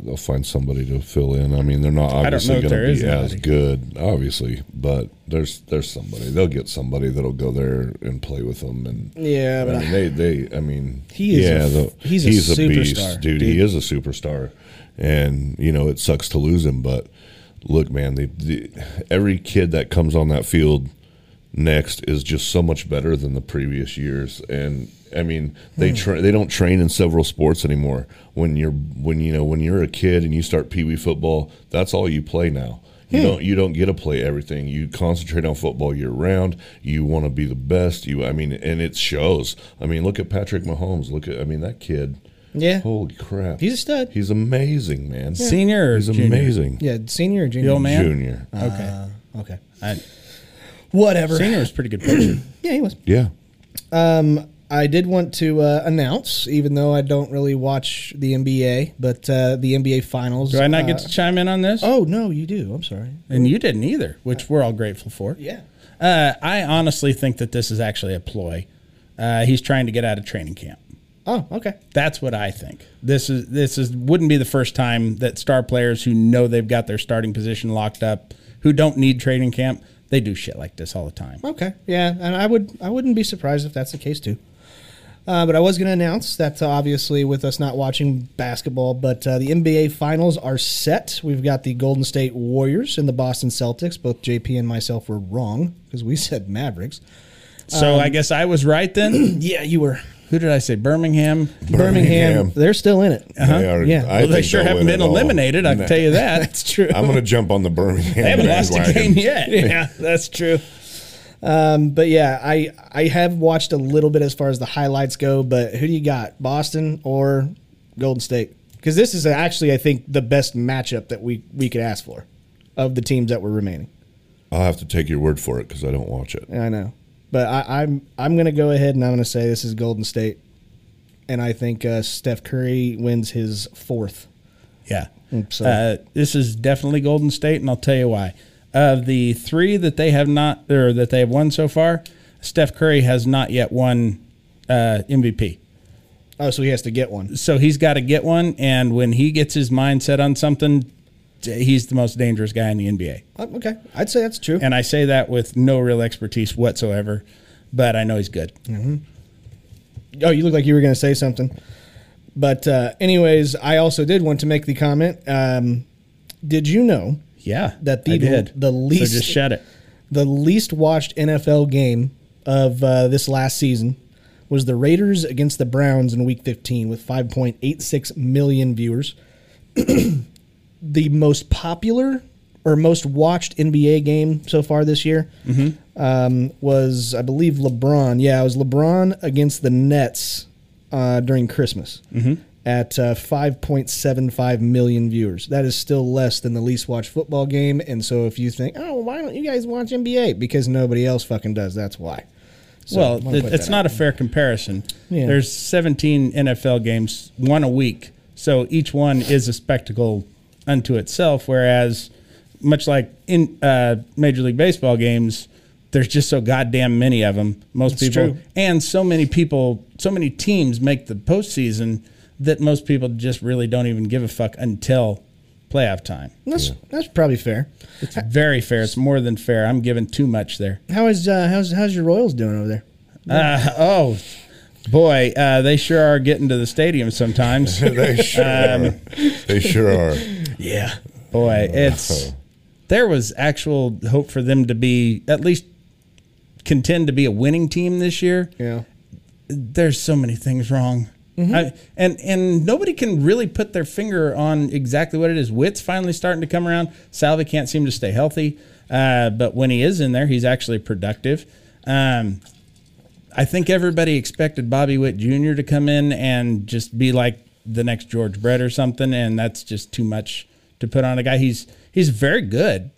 they'll find somebody to fill in. I mean, they're not
don't know
obviously
if
going
there
to
is
be as
anybody.
good, obviously, but there's there's somebody. They'll get somebody that'll go there and play with them. And
Yeah, but
I mean, they they I mean,
He is a
yeah,
f-
the-
he's a superstar,
dude. He is a superstar, and you know it sucks to lose him, but look, man, they, the every kid that comes on that field next is just so much better than the previous years and I mean
Hmm.
they tra- they don't train in several sports anymore when you're when you know when you're a kid and you start pee wee football that's all you play now you
Hmm.
don't you don't get to play everything you concentrate on football year round you want to be the best you I mean and it shows I mean look at Patrick Mahomes look at I mean that kid
Yeah.
holy crap
He's a stud.
he's amazing man
Senior or
he's
junior?
amazing
Yeah, senior or junior?
old man? Uh-huh.
junior
Okay.
Uh, Okay.
I,
Whatever.
senior was pretty good picture.
Yeah, he was.
yeah
I did want to uh, announce, even though I don't really watch the NBA, but uh, the NBA Finals.
Do I not get
uh,
to chime in on this?
Oh no, you do. I'm sorry.
And you didn't either, which we're all grateful for.
Yeah.
Uh, I honestly think that this is actually a ploy. Uh, he's trying to get out of training camp.
Oh, okay.
That's what I think. This is this is wouldn't be the first time that star players who know they've got their starting position locked up, who don't need training camp, they do shit like this all the time.
Okay, yeah, and I would I wouldn't be surprised if that's the case too. Uh, but I was going to announce that uh, obviously with us not watching basketball, but uh, the NBA finals are set. We've got the Golden State Warriors and the Boston Celtics. Both JP and myself were wrong because we said Mavericks.
So I guess I was right then.
Yeah, you were.
who did I say? Birmingham.
Birmingham,
Birmingham. Uh-huh.
they're still in it.
They are,
yeah.
I
Uh-huh. well, they
think
sure
they'll
haven't
win
been
it all.
eliminated. I can
Nah.
tell you that.
That's true.
I'm going to jump on the Birmingham.
they haven't lost a
bandwagon.
game yet. Yeah, that's true.
Um, But yeah, I I have watched a little bit as far as the highlights go. But who do you got, Boston or Golden State? Because this is actually, I think, the best matchup that we we could ask for of the teams that were remaining.
I'll have to take your word for it because I don't watch it.
I know, but I, I'm I'm gonna go ahead and I'm gonna say this is Golden State, and I think uh, Steph Curry wins his fourth.
Yeah.
so-
Uh, this is definitely Golden State, and I'll tell you why. Of the three that they have not, or that they have won so far, Steph Curry has not yet won uh, MVP.
Oh, so he has to get one.
So he's got to get one, and when he gets his mind set on something, d- he's the most dangerous guy in the NBA.
Oh, Okay, I'd say that's true.
And I say that with no real expertise whatsoever, but I know he's good.
Oh, you look like you were going to say something. But uh, anyways, I also did want to make the comment. Um, did you know
Yeah,
That the-
I did.
the least-
So just shut it.
the least watched NFL game of uh, this last season was the Raiders against the Browns in Week 15 with 5.86 million viewers. the most popular or most watched NBA game so far this year um, was, I believe, LeBron. Yeah, it was LeBron against the Nets uh, during Christmas.
Mm-hmm.
At uh, 5.75 million viewers. That is still less than the least watched football game. And so if you think, oh, why don't you guys watch NBA? Because nobody else fucking does. That's why. So, I
well,
wanna
it,
put
it's
that
not a fair comparison.
Yeah.
There's 17 NFL games, one a week, so each one is a spectacle unto itself. Whereas, much like in uh, Major League Baseball games, there's just so goddamn many of them. Most people,
true.
and so many people, so many teams make the postseason that most people just really don't even give a fuck until playoff time.
That's, that's probably fair.
It's very fair. It's more than fair. I'm giving too much there.
How is uh, how's how's your Royals doing over there?
Uh, oh, boy, uh, they sure are getting to the stadium sometimes.
they sure are.
Um,
They sure are.
Yeah,
boy, it's there was actual hope for them to be at least contend to be a winning team this year.
yeah.
There's so many things wrong. I, and and nobody can really put their finger on exactly what it is. Witt's finally starting to come around. Salvi can't seem to stay healthy, uh, but when he is in there, he's actually productive. Um, I think everybody expected Bobby Witt Jr. to come in and just be like the next George Brett or something, and that's just too much to put on a guy. He's he's very good,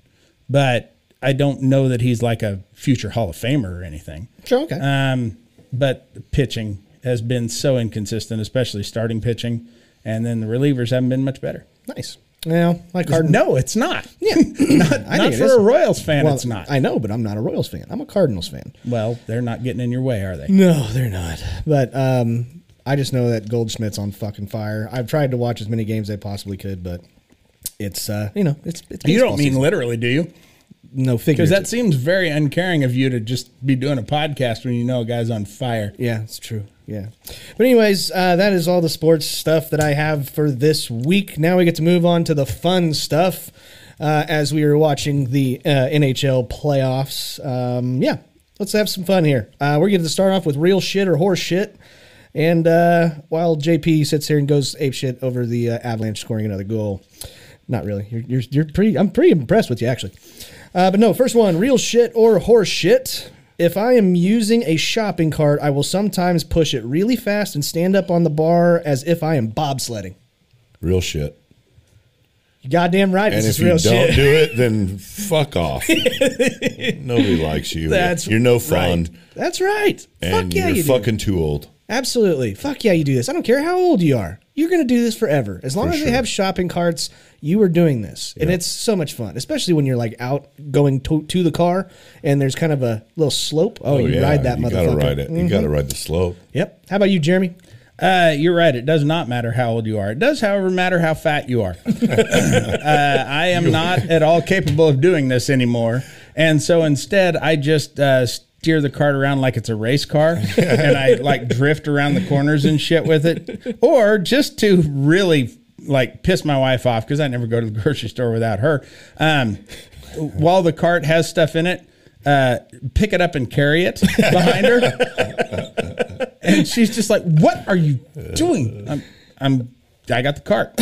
but I don't know that he's like a future Hall of Famer or anything.
Sure, okay.
Um, but pitching has been so inconsistent, especially starting pitching, and then the relievers haven't been much better.
nice. Well, like Cardinal.
No, it's not.
Yeah,
not
I
not
think it
for
is.
a Royals fan.
Well,
it's not.
I know, but I'm not a Royals fan. I'm a Cardinals fan.
well, they're not getting in your way, are they?
No, they're not. But um, I just know that Goldschmidt's on fucking fire. I've tried to watch as many games as I possibly could, but it's uh, you know, it's it's
You
baseball
don't mean
season.
literally, do you?
no figure.
Because that seems very uncaring of you to just be doing a podcast when you know a guy's on fire.
Yeah, it's true. Yeah. But anyways, uh, that is all the sports stuff that I have for this week. Now we get to move on to the fun stuff uh, as we are watching the uh, NHL playoffs. Um, yeah, let's have some fun here. Uh, we're going to start off with real shit or horse shit. And uh, while JP sits here and goes ape shit over the uh, Avalanche scoring another goal, not really. You're, you're, you're pretty. I'm pretty impressed with you actually. Uh, but no, first one, real shit or horse shit. If I am using a shopping cart, I will sometimes push it really fast and stand up on the bar as if I am bobsledding.
Real shit.
You goddamn right, this
And if
is
you
real
don't
shit.
do it, then fuck off. Nobody likes you.
That's
you're no fun,
That's right.
and
Fuck yeah,
you're
you do.
fucking too old.
Absolutely. Fuck yeah, you do this. I don't care how old you are. you're going to do this forever. As long as they have shopping carts, you are doing this. And it's so much fun, especially when you're like out going to, to the car and there's kind of a little slope. Oh, you ride that
you
motherfucker. Mm-hmm.
gotta ride it. You gotta ride the slope.
Yep. How about you, Jeremy?
Uh, you're right. It does not matter how old you are. It does, however, matter how fat you are. uh, I am not at all capable of doing this anymore. And so instead, I just uh, steer the cart around like it's a race car and I like drift around the corners and shit with it. Or just to really like piss my wife off because I never go to the grocery store without her. Um, while the cart has stuff in it, uh, pick it up and carry it behind her. and she's just like, "What are you doing?" I'm, I'm I got the cart.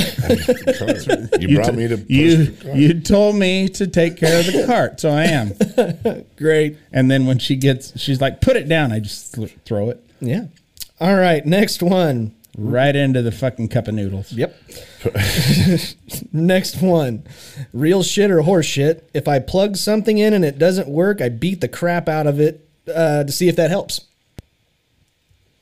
You brought me to push
you
the cart.
you told me to take care of the cart, so I am.
Great.
And then when she gets, she's like, "Put it down." I just sl- throw it
Yeah. All right. Next one.
right into the fucking cup of noodles.
Yep. Next one. Real shit or horse shit. If I plug something in and it doesn't work, I beat the crap out of it uh, to see if that helps.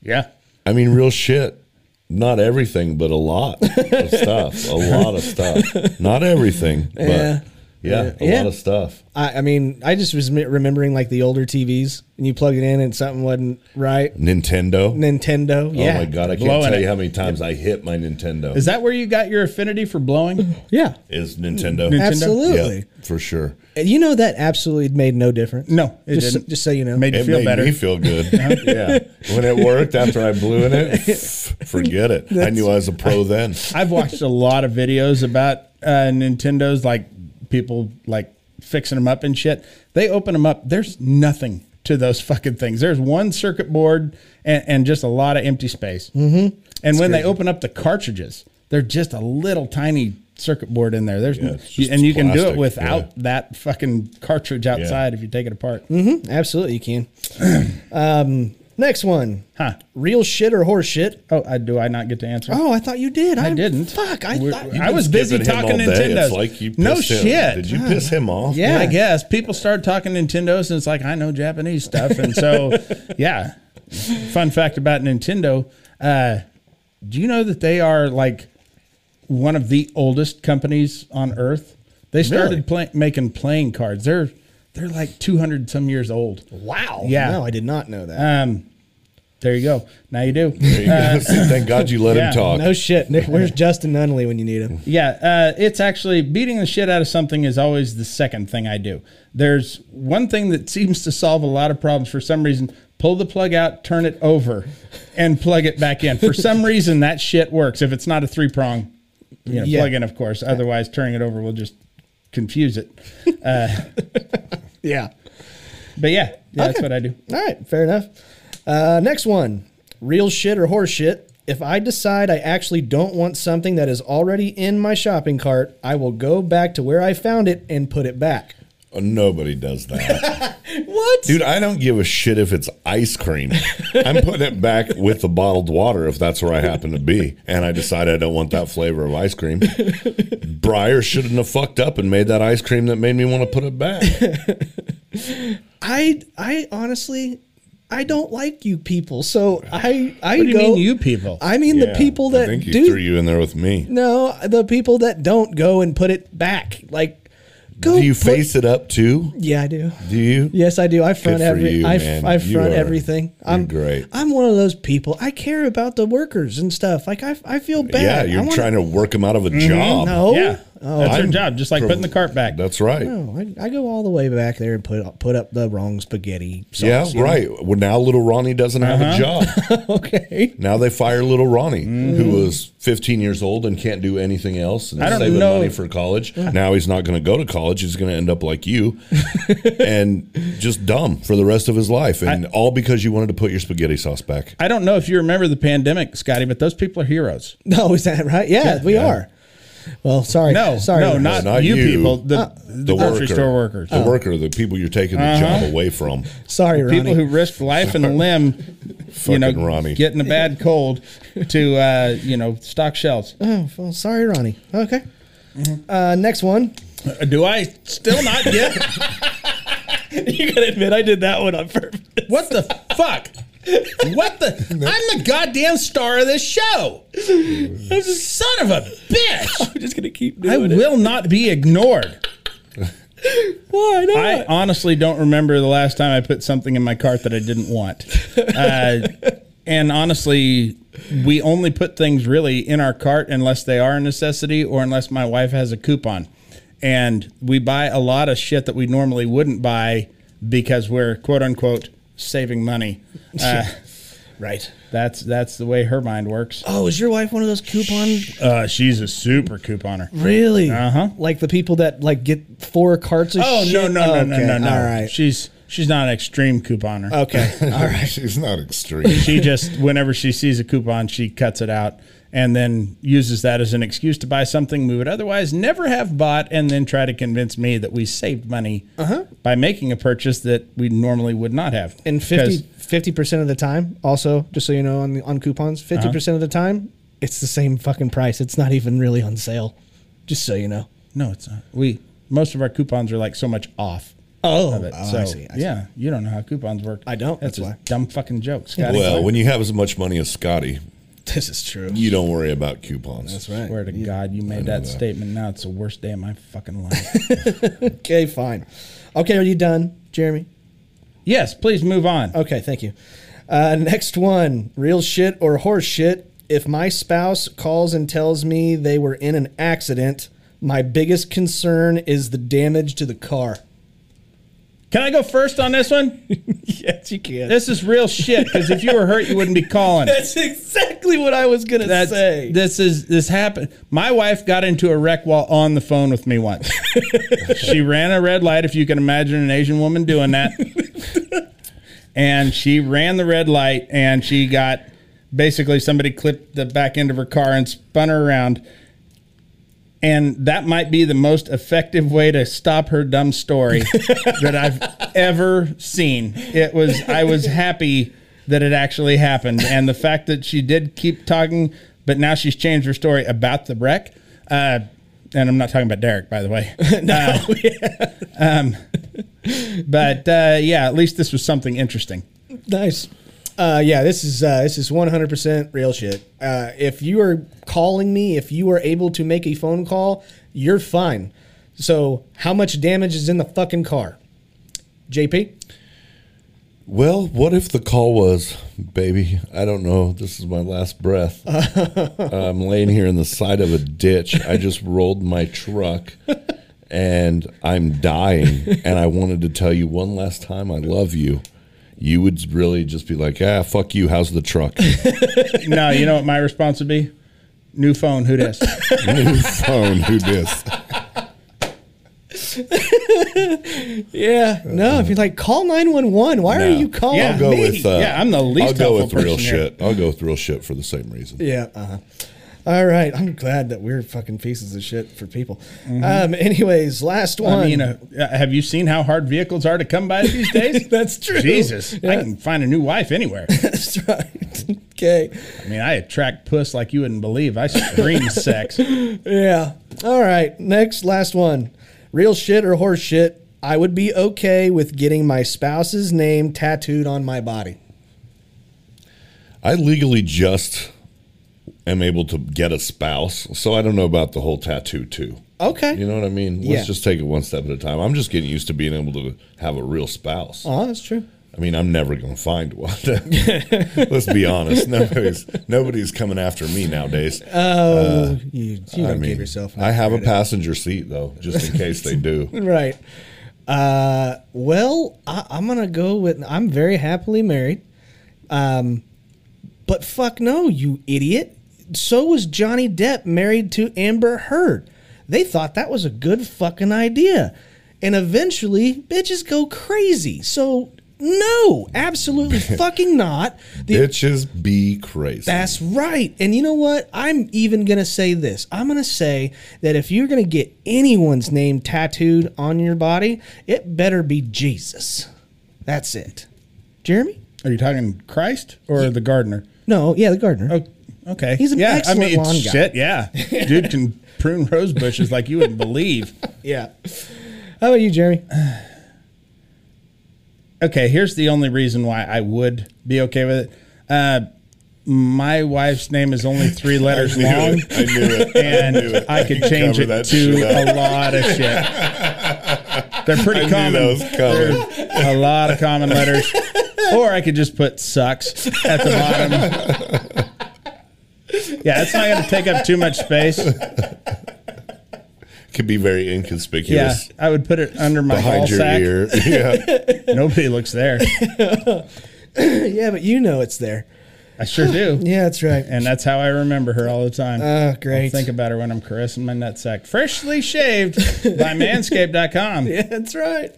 Yeah.
I mean, real shit. Not everything, but a lot of stuff. A lot of stuff. Not everything, but
Yeah.
yeah, a
Yeah.
lot of stuff.
I, I mean, I just was mi- remembering like the older TVs and you plug it in and something wasn't right.
Nintendo.
Nintendo. Yeah.
Oh my god, I can't
Blowing
tell
it.
you how many times I hit my Nintendo.
Is
Is,
that where you got your affinity for blowing?
Yeah.
Nintendo?
Absolutely.
Yeah, for sure.
And you know that absolutely made no difference.
No, it
just,
didn't.
just so you know.
Made you
It
feel
made
better.
me feel good. yeah, when it worked after I blew in it, forget it. I knew I was a pro then.
I've watched a lot of videos about uh, Nintendos, like people like fixing them up and shit. They open them up. There's nothing to those fucking things. There's one circuit board and, and just a lot of empty space. Mm-hmm. And when they open up the cartridges, they're just a little tiny circuit board in there. There's
Yeah,
n-
it's just
and you can do it
plastic,
without
yeah.
that fucking cartridge outside if you take it apart.
Mm-hmm.
Absolutely, you can. um, next one.
Huh.
Real shit or horse shit.
Oh, I, do I not get to answer?
Oh, I thought you did.
I didn't.
Fuck, I
We're-
thought.
I was busy
Giving him
talking
all day,
Nintendos.
It's like you
no
pissed him.
shit.
Did you piss him off?
Yeah.
I guess people start talking Nintendos, and it's like I know Japanese stuff, and so yeah. Fun fact about Nintendo: uh, Do you know that they are like one of the oldest companies on Earth? They started
Really?
play- making playing cards. They're they're like two hundred some years old.
Wow.
Yeah.
No, I did not know that.
Um, there you go. Now you do.
There you go. See, Thank God you let
Uh, yeah,
him talk.
no shit. Nick, where's Justin Nunley when you need him?
Yeah, uh, it's actually beating the shit out of something is always the second thing I do. There's one thing that seems to solve a lot of problems for some reason. Pull the plug out, turn it over, and plug it back in. For some reason, that shit works. If it's not a three prong, you know,
Yeah.
plug in, of course. Otherwise, turning it over will just confuse it.
Yeah.
But yeah, yeah that's
Okay.
what I do.
All right. Fair enough. Uh, next one. Real shit or horse shit. If I decide I actually don't want something that is already in my shopping cart, I will go back to where I found it and put it back.
Oh, Nobody does that.
What?
Dude, I don't give a shit if it's ice cream. I'm putting it back with the bottled water if that's where I happen to be. And I decide I don't want that flavor of ice cream. Briar shouldn't have fucked up and made that ice cream that made me want to put it back.
I I honestly I don't like you people. So I I
What do you
go-
mean, you people?
I mean
Yeah,
the people
I
that
think he
do
threw you in there with me.
no the people that don't go and put it back. Like go.
Do you
put-
face it up too?
Yeah, I do.
Do you?
Yes, I do. I front
for
every.
you,
I,
man.
I
You
front
are-
everything.
you're
I'm
great.
I'm one of those people. I care about the workers and stuff. Like I, I feel bad.
Yeah,
I
you're
wanna-
trying to work him out of a job.
No.
yeah, Mm-hmm. that's your
I'm
job. Just like
pro-
putting the cart back.
That's right.
No, I, I go all the way back there and put put up the wrong spaghetti. Sauce,
yeah,
you know?
right. Well, now little Ronnie doesn't have a
Uh-huh.
job.
okay.
now they fire little Ronnie, who was 15 years old and can't do anything else and
I don't
saving
know.
money for college. Now he's not going to go to college. He's going to end up like you and just dumb for the rest of his life. And all because you wanted to put your spaghetti sauce back.
I don't know if you remember the pandemic, Scotty, but those people are heroes.
No, is that right? Yeah, we are. Well, sorry.
No,
sorry.
no, not,
not
you,
you.
people. The, the, grocery store workers. Uh. Uh-huh.
The worker, the people you're taking the job away from.
sorry, Ronnie.
people who risked life and limb, you know,
Fucking Ronnie.
getting a bad cold to uh, you know stock shelves.
oh, well, sorry, Ronnie. Okay. Uh, next one.
Do I still not get
you gotta admit, I did that one on purpose.
what the fuck? What the? I'm the goddamn star of this show. Son of a bitch.
I'm just gonna keep
I
doing it.
will not be ignored.
Why not?
I um, honestly don't remember the last time I put something in my cart that I didn't want. Uh, and honestly, we only put things really in our cart unless they are a necessity or unless my wife has a coupon. And we buy a lot of shit that we normally wouldn't buy because we're quote unquote saving money. Uh,
Right.
that's that's the way her mind works.
Oh, is your wife one of those coupon?
Uh, she's a super couponer.
Really?
Uh huh.
Like the people that like get four carts of
Oh
shit?
no no no no
Okay,
no no!
All right.
She's she's not an extreme couponer.
Okay.
All right. She's not extreme.
she just whenever she sees a coupon she cuts it out and then uses that as an excuse to buy something we would otherwise never have bought and then try to convince me that we saved money
Uh-huh.
by making a purchase that we normally would not have
And
50
50 percent of the time, also, just so you know, on the, on
Uh-huh.
coupons, fifty percent of the time, it's the same fucking price. It's not even really on sale. Just so you know.
no it's not we most of our coupons are like so much off
Oh,
of it so yeah you don't know how coupons work
I don't,
that's,
that's
a
why.
dumb fucking joke Scotty
well, when you have as much money as Scotty,
This is true.
you don't worry about coupons.
That's right.
swear to God you made that, statement now it's the worst day of my fucking life
Okay, fine. Okay, are you done, Jeremy?
yes please move on
Okay, thank you. Uh, next one real shit or horse shit. If my spouse calls and tells me they were in an accident, my biggest concern is the damage to the car.
can I go first on this one
yes, you can.
This is real shit. Because if you were hurt, you wouldn't be calling.
That's exactly what I was gonna
That's-
say.
this is this happened. My wife got into a wreck while on the phone with me once. she ran a red light. If you can imagine an Asian woman doing that, and she ran the red light, and she got basically somebody clipped the back end of her car and spun her around. And that might be the most effective way to stop her dumb story that I've ever seen. It was I was happy that it actually happened, and the fact that she did keep talking, but now she's changed her story about the wreck. Uh, and I'm not talking about Derek, by the way. no. um, but uh, yeah, at least this was something interesting.
nice. Uh, yeah, this is uh, this is one hundred percent real shit. Uh, if you are calling me, if you are able to make a phone call, you're fine. So, how much damage is in the fucking car? JP,
Well, what if the call was, baby? I don't know. This is my last breath. I'm laying here in the side of a ditch. I just rolled my truck and I'm dying. And I wanted to tell you one last time I love you. You would really just be like, ah, fuck you. How's the truck?
No, you know what my response would be? New phone, who dis?
New phone. Who dis?
yeah, no. If you're like, call nine one one. Why are
No.
you calling
Yeah,
I'll go
me?
with. Uh,
Yeah, I'm the least
I'll go
helpful
with real
person here.
shit. I'll go with real shit for the same reason.
Yeah. Uh-huh. All right. I'm glad that we're fucking pieces of shit for people.
Mm-hmm.
Um. Anyways, last one.
I mean, uh, have you seen how hard vehicles are to come by these days?
That's true.
Jesus, I
Yeah.
can find a new wife anywhere.
That's right. okay.
I mean, I attract puss like you wouldn't believe. I scream sex.
Yeah. All right. Next, last one. Real shit or horse shit. I would be okay with getting my spouse's name tattooed on my body.
I legally just am able to get a spouse, so I don't know about the whole tattoo too.
Okay.
You know what I mean? Let's
Yeah.
just take it one step at a time. I'm just getting used to being able to have a real spouse.
Oh, that's true.
I mean, I'm never going to find one. Let's be honest. Nobody's nobody's coming after me nowadays.
Uh,
You, you don't
I
give
mean,
yourself.
I have a passenger seat though, just in case they do.
Right. Uh, well, I, I'm gonna go with. I'm very happily married. Um, but fuck no, you idiot. So was Johnny Depp married to Amber Heard. They thought that was a good fucking idea, and eventually bitches go crazy. So no, absolutely fucking not. The
Bitches be crazy.
that's right. And you know what? I'm even going to say this. I'm going to say that if you're going to get anyone's name tattooed on your body, it better be Jesus. That's it. Jeremy?
Are you talking Christ or the gardener?
No, yeah, the gardener.
Oh, okay.
He's an
yeah,
excellent
I mean, it's
lawn guy.
Shit, yeah. Dude can prune rose bushes like you wouldn't believe.
Yeah. How about you, Jeremy?
okay, here's the only reason why I would be okay with it. Uh, my wife's name is only three letters
knew
long,
it. I knew it. I
and
knew it.
I could
You
change
covered
it
that
to
shit up.
a lot of shit. They're pretty
I knew
common.
that was coming.
They're a lot of common letters, or I could just put "sucks" at the bottom. Yeah, it's not going to take up too much space.
Could be very
Yeah,
inconspicuous
I would put it under my
behind
ball
your
sack.
ear. Yeah.
Nobody looks there.
yeah, but you know it's there.
I sure do.
Yeah, that's right.
And that's how I remember her all the time.
Oh, great.
I'll think about her when I'm caressing my nutsack. Freshly shaved by manscaped.com.
Yeah, that's right.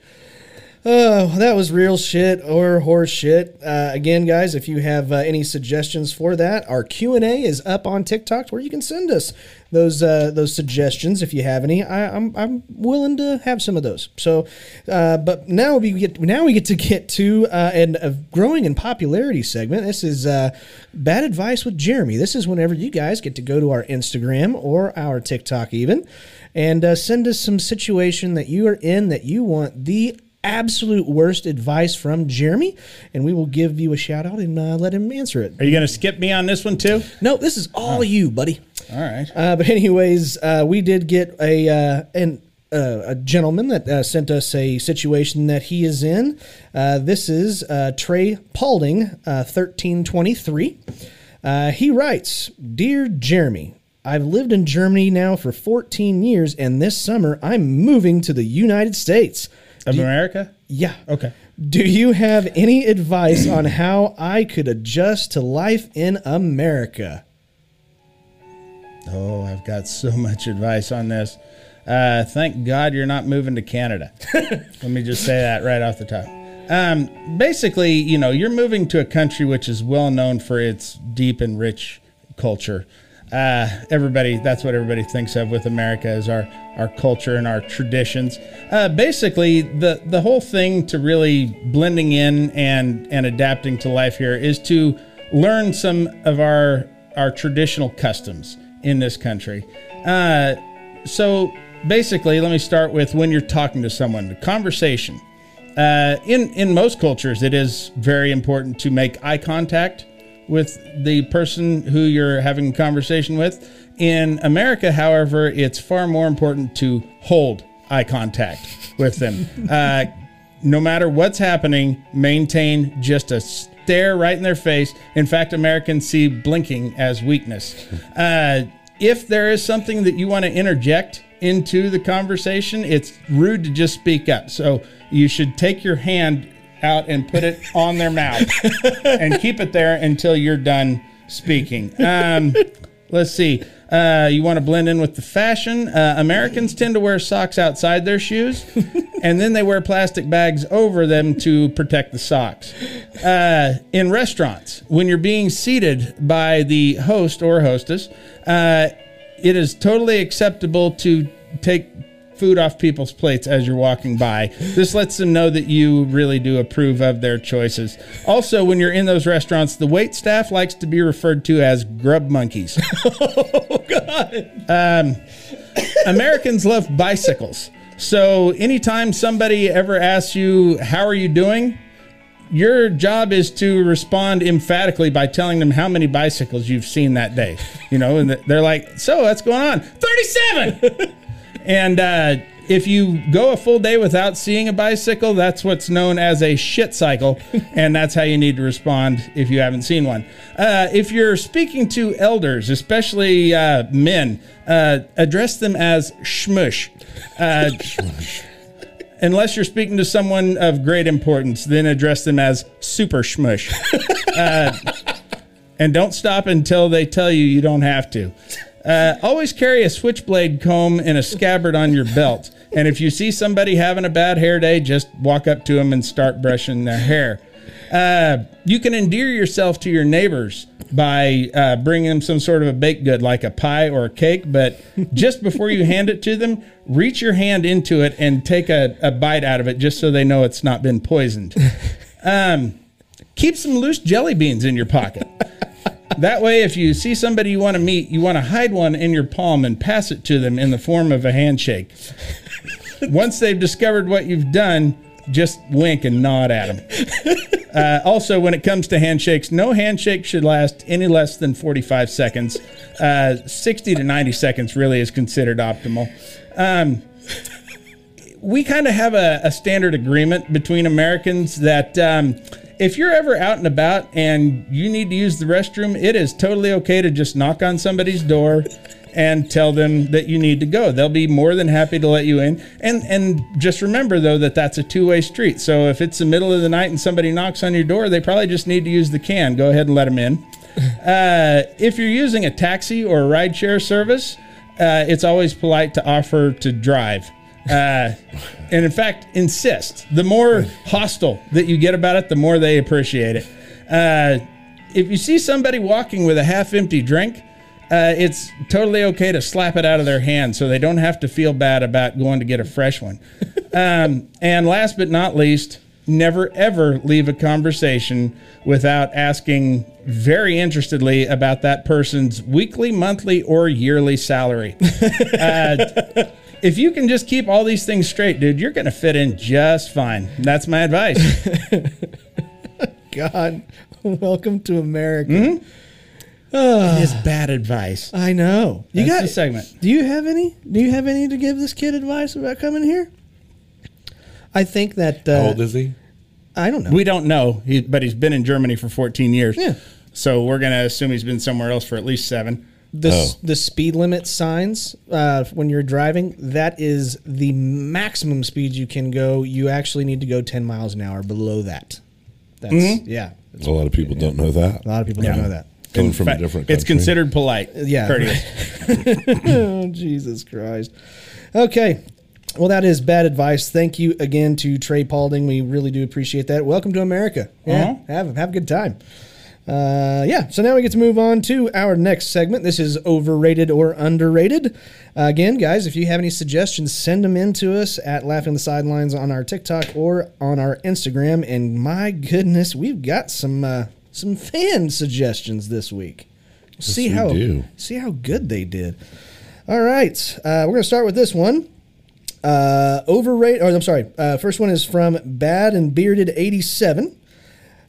Oh, that was real shit or horse shit. Uh, again, guys, if you have uh, any suggestions for that, our Q and A is up on TikTok, where you can send us those uh, those suggestions if you have any. I, I'm I'm willing to have some of those. So, uh, but now we get now we get to get to uh, an, a growing in popularity segment. This is uh, bad advice with Jeremy. This is whenever you guys get to go to our Instagram or our TikTok even, and uh, send us some situation that you are in that you want the absolute worst advice from Jeremy, and we will give you a shout out and uh, let him answer it.
Are you going to skip me on this one too?
No, this is all you, buddy.
All right.
Uh, but anyways, uh, we did get a uh, an uh, a gentleman that uh, sent us a situation that he is in. Uh, this is uh, Trey Paulding, uh, thirteen twenty three. Uh, he writes, "Dear Jeremy." I've lived in Germany now for 14 years, and this summer I'm moving to the United States.
Of America?
Yeah.
Okay.
Do you have any advice on how I could adjust to life in America?
Oh, I've got so much advice on this. Uh, thank God you're not moving to Canada. Let me just say that right off the top. Um, basically, you know, you're moving to a country which is well known for its deep and rich culture. Uh, everybody, that's what everybody thinks of with America is our our culture and our traditions. Uh, basically, the the whole thing to really blending in and and adapting to life here is to learn some of our our traditional customs in this country. Uh, so basically, let me start with when you're talking to someone, the conversation. Uh, in in most cultures, it is very important to make eye contact with the person who you're having a conversation with. In America, however, it's far more important to hold eye contact with them. Uh, no matter what's happening, maintain just a stare right in their face. In fact, Americans see blinking as weakness. Uh, if there is something that you want to interject into the conversation, it's rude to just speak up. So you should take your hand out and put it on their mouth and keep it there until you're done speaking. Um, let's see. Uh, you want to blend in with the fashion. Uh, Americans tend to wear socks outside their shoes, and then they wear plastic bags over them to protect the socks. Uh, in restaurants, when you're being seated by the host or hostess, uh, it is totally acceptable to take food off people's plates as you're walking by. This lets them know that you really do approve of their choices. Also, when you're in those restaurants, the wait staff likes to be referred to as grub monkeys. Americans love bicycles. So anytime somebody ever asks you, How are you doing? Your job is to respond emphatically by telling them how many bicycles you've seen that day. You know, and they're like, So what's going on? 37! and uh, if you go a full day without seeing a bicycle, that's what's known as a shit cycle. and that's how you need to respond if you haven't seen one. Uh, if you're speaking to elders, especially uh, men, uh, address them as shmush. Uh, unless you're speaking to someone of great importance, then address them as super shmush. and don't stop until they tell you you don't have to. Uh, always carry a switchblade comb and a scabbard on your belt. And if you see somebody having a bad hair day, just walk up to them and start brushing their hair. Uh, you can endear yourself to your neighbors by uh, bringing them some sort of a baked good, like a pie or a cake. But just before you hand it to them, reach your hand into it and take a, a bite out of it just so they know it's not been poisoned. Um, keep some loose jelly beans in your pocket. that way, if you see somebody you want to meet, you want to hide one in your palm and pass it to them in the form of a handshake. Once they've discovered what you've done, just wink and nod at them. Uh, also, when it comes to handshakes, no handshake should last any less than 45 seconds. Uh, 60 to 90 seconds really is considered optimal. Um, we kind of have a, a standard agreement between Americans that um, if you're ever out and about and you need to use the restroom, it is totally okay to just knock on somebody's door and tell them that you need to go. They'll be more than happy to let you in. And and just remember though that that's a two-way street. So if it's the middle of the night and somebody knocks on your door, they probably just need to use the can. Go ahead and let them in. Uh, if you're using a taxi or a rideshare service, uh, it's always polite to offer to drive. Uh, and in fact, insist. The more hostile that you get about it, the more they appreciate it. Uh, if you see somebody walking with a half empty drink, uh, it's totally okay to slap it out of their hand so they don't have to feel bad about going to get a fresh one. Um, and last but not least, never ever leave a conversation without asking very interestedly about that person's weekly, monthly, or yearly salary. Uh, if you can just keep all these things straight, dude, you're going to fit in just fine. That's my advice.
God, welcome to America.
Mm-hmm. it is bad advice.
I know. You
That's
got
the segment.
Do you have any? Do you have any to give this kid advice about coming here? I think that uh,
How old is he?
I don't know.
Oh, We don't know, he, but he's been in Germany for 14 years.
Yeah.
So we're going to assume he's been somewhere else for at least seven.
the s
Oh.
the speed limit signs uh, when you're driving that is the maximum speed you can go. You actually need to go 10 miles an hour below that. That's
Mm-hmm.
yeah.
A lot of people don't know that.
A lot of people don't know that.
Coming
In
from
fact,
a different country.
It's considered polite.
Yeah.
Courteous.
oh, Jesus Christ. Okay. Well, that is bad advice. Thank you again to Trey Paulding. We really do appreciate that. Welcome to America. Yeah,
Uh-huh.
have have a good time. Uh, yeah. So now we get to move on to our next segment. This is overrated or underrated. Uh, again, guys, if you have any suggestions, send them in to us at Laughing the Sidelines on our TikTok or on our Instagram. And my goodness, we've got some uh, some fan suggestions this week. see
we
how
do.
see how good they did. All right, uh, we're gonna start with this one. Uh, overrated, or I'm sorry, uh, first one is from Bad and Bearded eighty seven.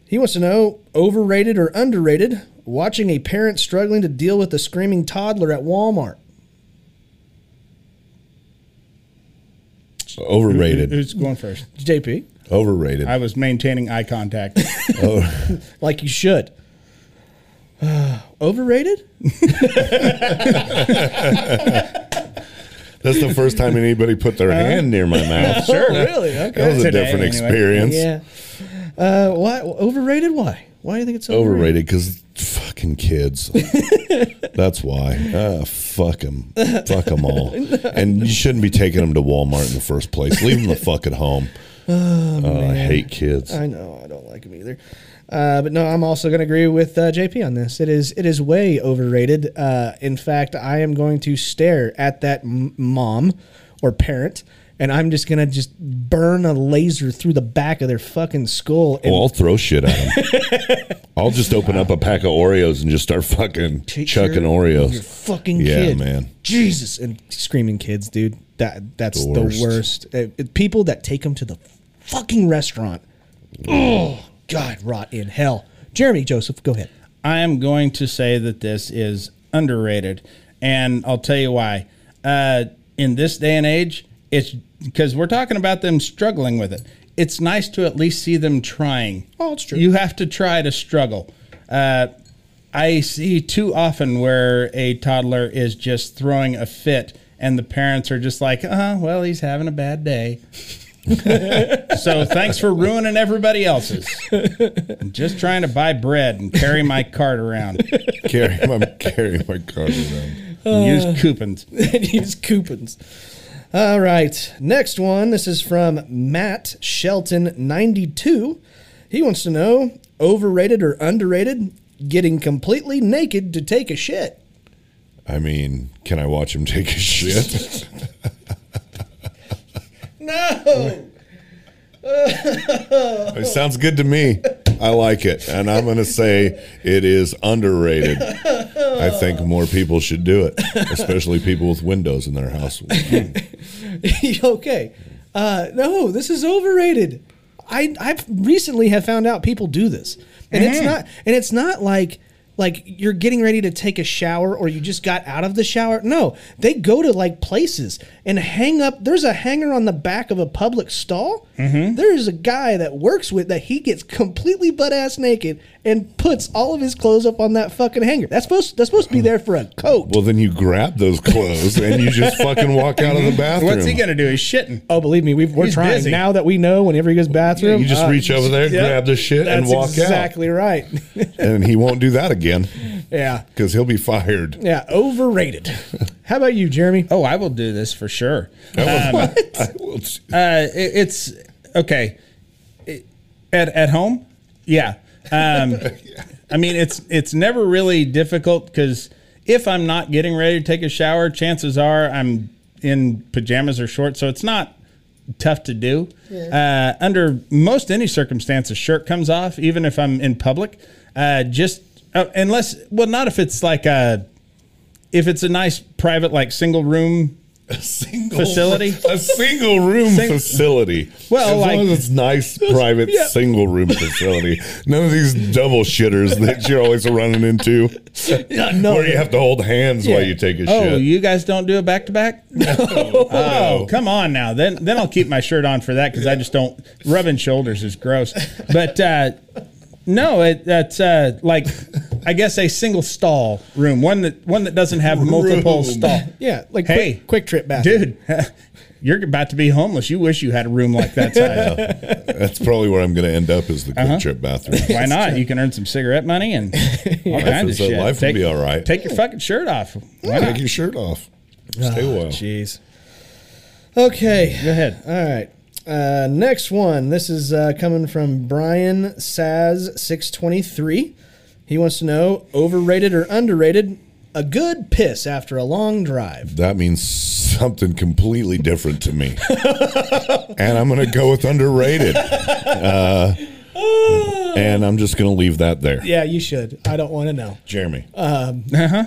He wants to know overrated or underrated watching a parent struggling to deal with a screaming toddler at Walmart.
overrated.
Who's going first?
JP,
Overrated.
I was maintaining eye contact.
Oh,
like you should. overrated?
that's the first time anybody put their hand near my mouth.
Uh, sure.
really?
That was a
Today,
different
anyway.
experience.
Yeah. Uh, why overrated? Why? Why do you think it's overrated?
Overrated because fucking kids. That's why. Uh, fuck them. Fuck them all. And you shouldn't be taking them to Walmart in the first place. Leave them the fuck at home. Oh, I hate kids.
I know I don't like him either. Uh, but no, I'm also going to agree with uh, JP on this. It is it is way overrated. Uh, in fact, I am going to stare at that m- mom or parent, and I'm just going to just burn a laser through the back of their fucking skull. And
Oh, I'll throw shit at them. I'll just open up a pack of Oreos and just start fucking
take
chucking
care of
Oreos.
Your fucking
Yeah,
kid,
man.
Jesus, and screaming kids, dude. That that's the
The
worst.
worst.
Uh, it- people that take them to the fucking restaurant. Oh God, rot in hell. Jeremy Joseph, go ahead.
I am going to say that this is underrated, and I'll tell you why. Uh, in this day and age, it's because we're talking about them struggling with it. It's nice to at least see them trying.
Oh, it's true.
You have to try to struggle. Uh, I see too often where a toddler is just throwing a fit, and the parents are just like, "Uh, well, he's having a bad day." so thanks for ruining everybody else's. I'm just trying to buy bread and carry my cart around.
Carry, I'm carrying my card around.
and Use coupons.
use coupons. All right. Next one. This is from Matt Shelton92. He wants to know overrated or underrated getting completely naked to take a shit.
I mean, can I watch him take a shit?
No.
It sounds good to me. I like it. And I'm going to say it is underrated. I think more people should do it, especially people with windows in their house.
okay. Uh, no, this is overrated. I I recently have found out people do this, and it's
Mhm.
not and it's not like like you're getting ready to take a shower or you just got out of the shower. No, they go to like places and hang up. There's a hanger on the back of a public stall. There's a guy that works with that he gets completely butt ass naked and puts all of his clothes up on that fucking hanger. That's supposed that's supposed to be there for a coat.
Well, then you grab those clothes and you just fucking walk out of the bathroom.
What's he gonna do? He's shitting.
Oh, believe me, we've, we're
He's
trying
busy.
now that we know. Whenever he goes bathroom,
You just
uh,
reach over there,
yeah,
grab the shit, and
that's
walk
exactly right.
out. And he won't do that again
yeah,
because he'll be fired.
yeah, overrated. How about you, Jeremy?
Oh, I will do this for sure.
I
Um,
will-
uh,
I will t-
it, it's okay. It- at at home, yeah. Um, I mean, it's it's never really difficult because if I'm not getting ready to take a shower, chances are I'm in pajamas or shorts, so it's not tough to do. Uh, under most any circumstance, a shirt comes off, even if I'm in public. Uh, just uh, unless, well, not if it's like a if it's a nice private like single room
a single
Facility?
a single room
Sing-
facility.
Well,
as
like-
long as it's nice, private,
Yeah.
single room facility. None of these double shitters that you're always running into,
Uh,
where you have to hold hands while you take a
oh,
shit.
you guys don't do a back to back? Oh, come on now. Then then I'll keep my shirt on for that because I just don't rubbing shoulders is gross. But uh, no, it, that's uh, like I guess a single stall room, one that one that doesn't have multiple
Room.
stall.
Yeah, like
Hey.
quick, quick trip back,
Dude, you're about to be homeless. You wish you had a room like that size.
That's probably where I'm going to end up is the quick
Uh-huh.
trip bathroom.
Why not? You can earn some cigarette money and all kinds of
is- uh,
shit.
life would
take,
be all right.
Take your fucking shirt off. Why
Take
not?
your shirt off.
Ah,
Stay a while.
Jeez. Okay.
Go ahead.
All right. Uh, next one. This is uh, coming from Brian Saz six twenty three. He wants to know overrated or underrated. A good piss after a long drive.
That means something completely different to me. and I'm going to go with underrated. Uh, and I'm just going to leave that there.
Yeah, Uh, you should. I don't want to know.
Jeremy. Um, uh-huh.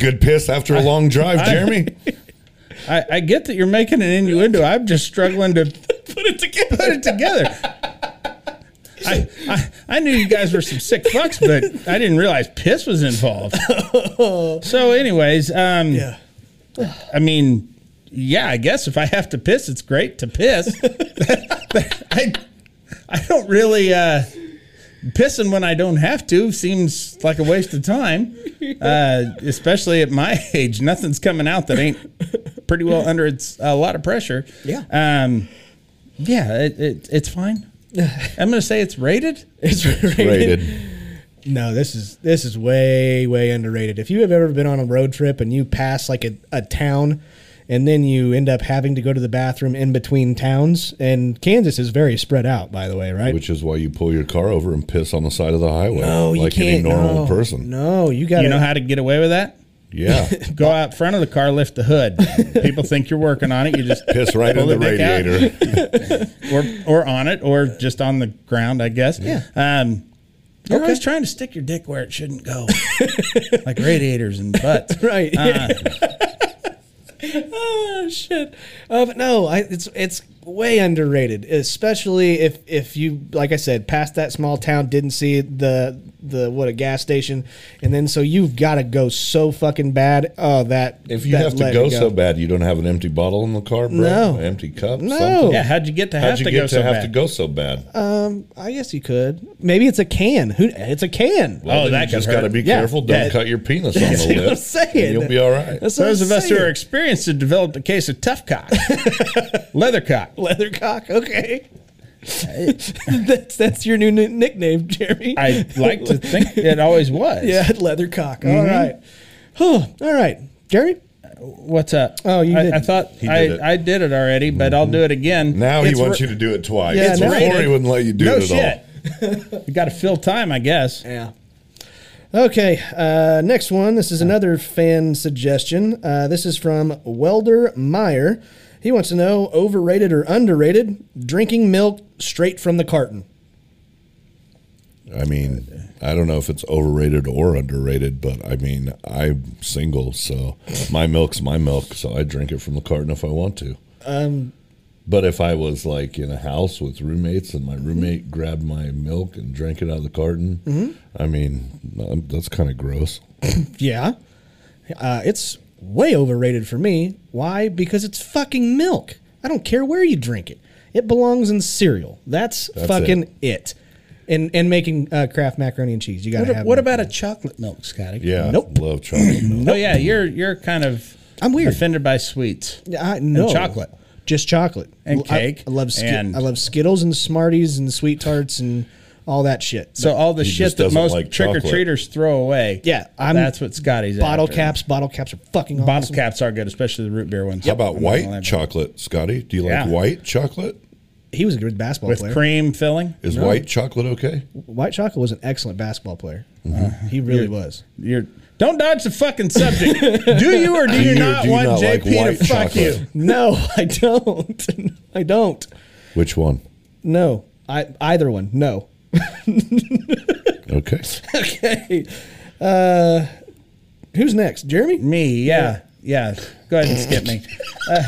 Good piss after a long drive, Jeremy.
I, I get that you're making an innuendo. I'm just struggling to put it together. Put it together. I, I I knew you guys were some sick fucks, but I didn't realize piss was involved. So, anyways, um,
Yeah.
I mean, yeah, I guess if I have to piss, it's great to piss. I I don't really uh, pissing when I don't have to seems like a waste of time, uh, especially at my age. Nothing's coming out that ain't pretty well under it's a lot of pressure.
Yeah.
um, yeah, it, it, it's fine. I'm gonna say it's rated.
It's rated.
Rated.
No, this is this is way way underrated. If you have ever been on a road trip and you pass like a, a town and then you end up having to go to the bathroom in between towns and Kansas is very spread out by the way, right?
Which is why you pull your car over and piss on the side of the highway.
no, you
like
can't
any normal
no.
person.
No, you got
You know how to get away with that?
Yeah.
Go out front of the car, lift the hood. People think you're working on it. You just
Piss right in
Pull
the
the dick out.
radiator.
or or on it or just on the ground, I guess. Yeah. Um, you're always trying to stick your dick where it shouldn't go, like radiators and butts. Uh,
right. oh shit. Uh, but no, I, it's it's way underrated, especially if if you like I said, passed that small town, didn't see the the what a gas station, and then so you've got to go so fucking bad. Oh, that
If you
that
have to
let
go,
it
so bad, you don't have an empty bottle in the car, bro.
No.
empty cup.
No.
something?
Yeah. How'd you get to
How'd
have
you
to
get
go
to
so
have
bad?
to go so bad?
I guess you could. Maybe it's a can. Who? It's a can.
Well,
Oh,
then
that
you
could
just
hurt.
got to be
Yeah.
careful. Don't
Yeah.
cut your penis on the
See what I'm
lips. and
saying?
You'll be all right.
That's what
Those
I'm
of us who
saying.
are experienced have developed a case of tough cock, leather cock.
leather cock. Okay. that's that's your new n- nickname, Jeremy.
I like Mm-hmm. to think it always was.
yeah, leather cock. All right. Huh. All right, Jerry.
What's up?
Oh, you
I, I
didn't.
thought
He
I,
did it.
I did it already, but I'll do it again.
now he
It's
wants
ra-
you to do it twice.
Yeah,
Before
now-
he wouldn't let you do
no
it at all.
shit. you got to fill time, I guess.
Yeah. Okay. Uh, next one. This is another fan suggestion. Uh, this is from Welder Meyer. He wants to know overrated or underrated drinking milk straight from the carton.
I mean, I don't know if it's overrated or underrated, but I mean, I'm
Um,
single, so my milk's my milk, so I drink it from the carton if I want to. But if I was like in a house with roommates and my
Mm-hmm.
roommate grabbed my milk and drank it out of the carton,
Mhm.
I mean, um, that's kind of gross.
Yeah. Uh, it's way overrated for me. Why? Because it's fucking milk. I don't care where you drink it. It belongs in cereal. That's,
That's
fucking it. And and making uh, Kraft macaroni and cheese. You gotta
What,
have.
what
milk.
about a chocolate milk, Scotty?
Nope.
Love chocolate milk.
Oh yeah, you're you're kind of
I'm weird.
offended by sweets.
Yeah, I
And
no
chocolate.
Just chocolate
And
Well, I-
cake
I, love Skit-
and-
I love Skittles and Smarties and sweet tarts and all that shit.
So uh, all the shit that most trick or
treaters.
treaters throw away.
Yeah, I'm-
that's what Scotty's
Bottle
after.
caps, bottle caps are fucking awesome.
Bottle caps are good, especially the root beer ones.
How about white chocolate, Scotty? Do you like
Yeah.
white chocolate?
He was a good basketball
with
player.
cream filling?
Is white chocolate okay?
White Chocolate was an excellent basketball player. He really
Mm-hmm. You're-
was.
You're don't dodge the fucking subject. do you or do, you, not want JP to fuck you?
No, I don't. I don't.
Which one?
No, I either one. No.
Okay.
okay. Uh, who's next? Jeremy?
Me? Yeah, yeah. Go ahead and skip me. Uh,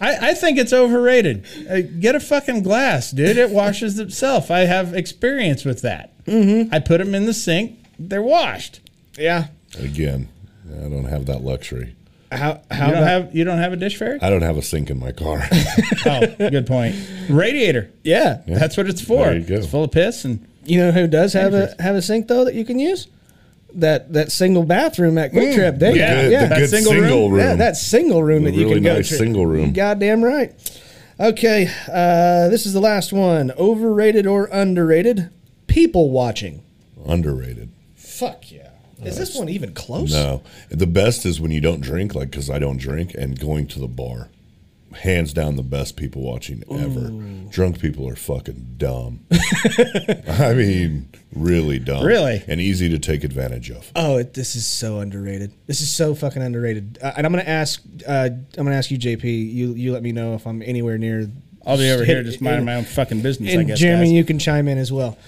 I, I think it's overrated. Uh, get a fucking glass, dude. It washes itself. I have experience with that. Mm-hmm. I put them in the sink. They're washed.
Yeah.
Again, I don't have that luxury.
How?
How you don't have you don't have a dish fairy?
I don't have a sink in my car.
oh, good point. Radiator.
Yeah.
Yeah.
That's what it's for.
There you go.
It's full of piss and
You know who does have a have a sink though that you can use? That that single bathroom at Quick Trip. There
Mm, the
you go.
good-
yeah,
the good single room.
Yeah, that single room
The
that you
really
can go
nice
to.
single room.
You goddamn right. Okay, uh, this is the last one. Overrated or underrated? People watching.
Underrated.
Fuck yeah. Is this one even close?
Uh, No. The best is when you don't drink, like, because I don't drink, and going to the bar. Hands down, the best people watching ever. Drunk people are fucking dumb. I mean, really dumb.
Really?
And easy to take advantage of.
Oh, it, this is so underrated. This is so fucking underrated. Uh, and I'm gonna ask. Uh, I'm gonna ask you, JP. You you let me know if I'm anywhere near.
I'll be over
hit-
here just minding my own fucking business,
And
I guess.
Jeremy,
guys.
you can chime in as well.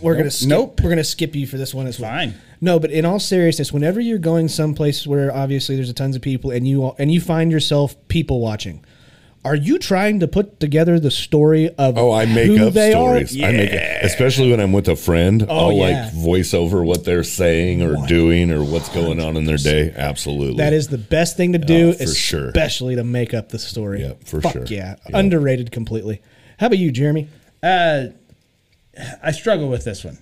We're gonna
Nope.
skip,
Nope.
We're gonna skip you for this one as well.
Fine.
No, but in all seriousness, whenever you're going someplace where obviously there's a tons of people, and you all, and you find yourself people watching, are you trying to put together the story of
Oh, I make
who
up
they are?
stories. I make, especially when I'm with a friend.
Oh,
I'll
yeah.
like voice over what they're saying or doing or what's going on in their day. Absolutely. Oh,
That is the best thing to do,
for sure.
especially to make up the story.
Yeah, for
Fuck
sure.
Yeah.
Yeah.
underrated completely. How about you, Jeremy?
Uh, I struggle with this one.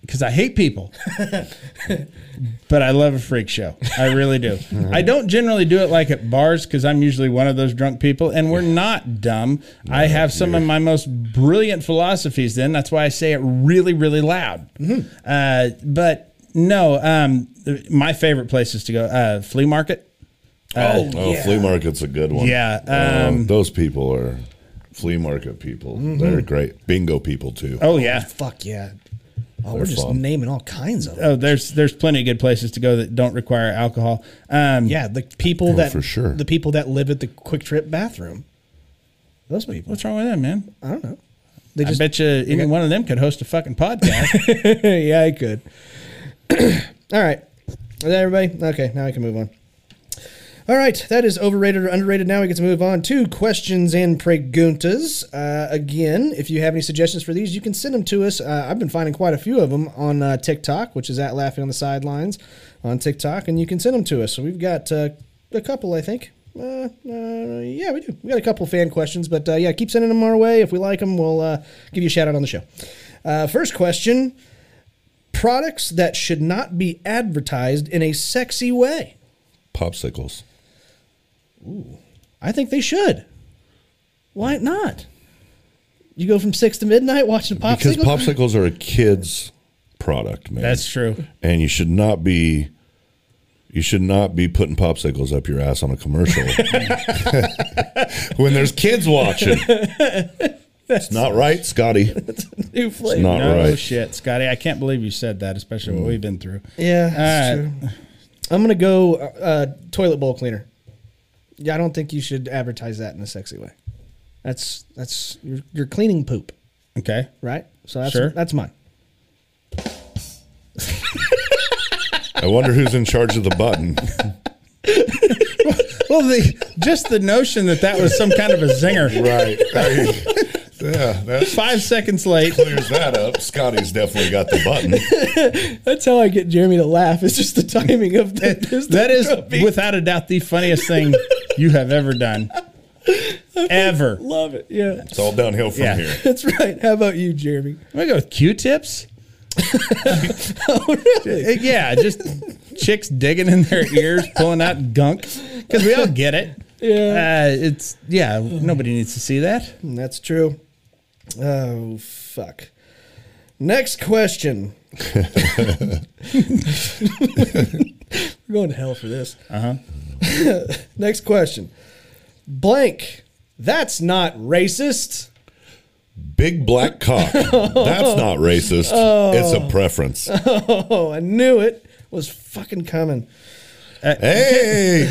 Because I hate people, but I love a freak show. I really do. I don't generally do it like at bars because I'm usually one of those drunk people, and we're not dumb. I have some of my most brilliant philosophies. Then that's why I say it really, really loud. Uh, but no, um, th- my favorite places to go uh, flea market. Uh,
Oh, flea market's a good one.
Yeah,
Um,
um,
those people are flea market people.
Mm-hmm.
They're great. Bingo people, too.
oh yeah.
Fuck yeah. Oh, we're
They're
just
fun.
naming all kinds of. 'em.
Oh, there's there's plenty of good places to go that don't require alcohol. Um,
Yeah, the people that
Oh, for sure.
the people that live at the Quick Trip bathroom. Those people.
What's wrong with that, man?
I don't know. They
I
just
bet you any one of them could host a fucking podcast.
yeah, I could. All right. Is that everybody? Okay, now I can move on. All right, that is overrated or underrated. Now we get to move on to questions and preguntas. Uh, again, if you have any suggestions for these, you can send them to us. Uh, I've been finding quite a few of them on uh, TikTok, which is at Laughing on the Sidelines on TikTok, and you can send them to us. So we've got uh, a couple, I think. Uh, uh, yeah, we do. We got a couple fan questions, but uh, yeah, keep sending them our way. If we like them, we'll uh, give you a shout out on the show. Uh, first question products that should not be advertised in a sexy way.
Popsicles.
I think they should. Why not? You go from six to midnight watching popsicles.
Because popsicles are a kid's product, man.
That's true.
and you should not be you should not be putting popsicles up your ass on a commercial when there's kids watching. It's not right, Scotty.
New flavor.
not
No
right. Mm.
shit, Scotty. I can't believe you said that, especially what we've been through.
Yeah, that's
All right.
true. I'm gonna go uh, uh, toilet bowl cleaner. Yeah, I don't think you should advertise that in a sexy way. That's that's you're, you're cleaning poop,
Okay.
right? So that's
Sure.
that's mine.
I wonder who's in charge of the button.
Well, the just the notion that that was some kind of a zinger.
Right. Yeah, that's
five seconds late.
Clears that up. Scotty's definitely got the button.
That's how I get Jeremy to laugh. It's just the timing of the, is the
That is
drumming.
without a doubt the funniest thing you have ever done. Ever.
Love it. Yeah,
It's all downhill from
Yeah.
here.
that's right. How about you, Jeremy?
I'm gonna go with Q-tips. oh, really? Yeah, just chicks digging in their ears, pulling out gunk because we all get it.
Yeah.
uh, it's yeah. Nobody needs to see that.
That's true. Oh fuck. Next question. We're going to hell for this. Uh huh.
Uh-huh.
Next question. Blank. That's not racist.
Big black cock. That's not racist. It's a preference.
Oh, I knew it was fucking coming.
Hey.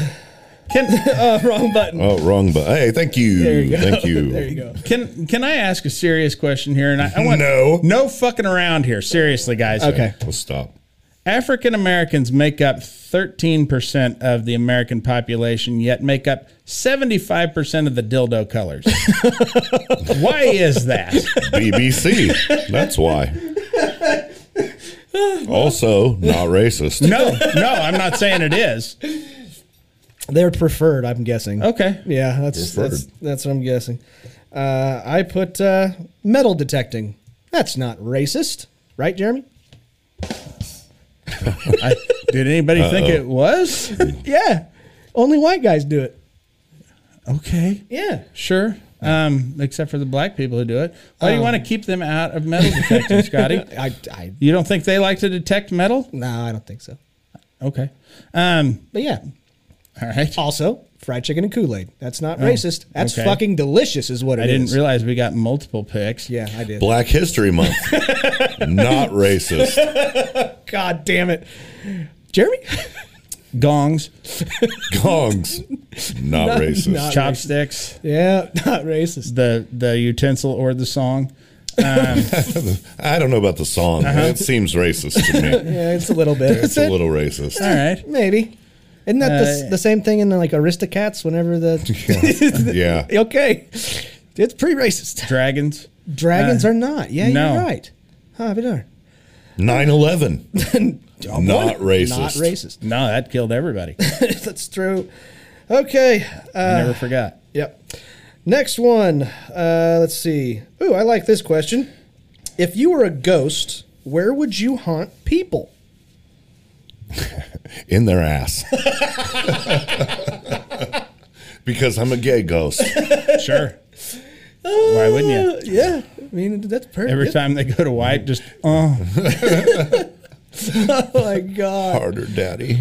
Can
Uh, wrong button.
Oh, wrong. But hey, thank you.
There you go.
Thank you.
There you go.
can can I ask a serious question here? And I, I want
No.
no fucking around here. Seriously, guys.
Okay.
Let's stop.
African Americans make up 13% of the American population, yet make up 75% of the dildo colors. Why is that?
BBC. That's why. Also, not racist.
No, no, I'm not saying it is.
They're preferred, I'm guessing.
Okay.
Yeah, that's that's,
Preferred.
that's what I'm guessing. Uh, I put uh, metal detecting. That's not racist, right, Jeremy?
I, did anybody think it was?
Yeah. Only white guys do it.
Okay.
Yeah.
Sure. Um, except for the black people who do it. Why do you want to keep them out of metal detecting, Scotty?
I, I
You don't think they like to detect metal?
no, I don't think so.
Okay. Um,
But yeah.
all right.
Also, fried chicken and Kool Aid. That's not racist. That's
Oh, okay.
fucking delicious, is what it
I
is.
didn't realize we got multiple picks.
Yeah, I did.
Black History Month. not racist.
God damn it, Jeremy.
Gongs,
Gongs. Not, racist.
not-
chopsticks.
yeah, not racist.
the the utensil or the song.
I don't know about the song.
Uh-huh.
It seems racist to me.
Yeah, it's a little bit.
It's a little racist.
All right.
Maybe. Isn't that the, s-
Uh,
the same thing in the, like Aristocats? Whenever the
Yeah.
okay, it's pretty racist.
Dragons.
Dragons are not. Yeah,
Uh, no.
you're right. Huh, but are.
9 11. Not racist.
Not racist.
No, that killed everybody. I
That's true. Okay. Uh,
never forgot.
Yep. Next one. Uh, let's see. Ooh, I like this question. If you were a ghost, where would you haunt people?
In their ass. because I'm a gay ghost.
Sure. Why wouldn't you?
Uh, Yeah, I mean that's perfect.
Every time they go to wipe, just oh,
Oh my god!
Harder, daddy.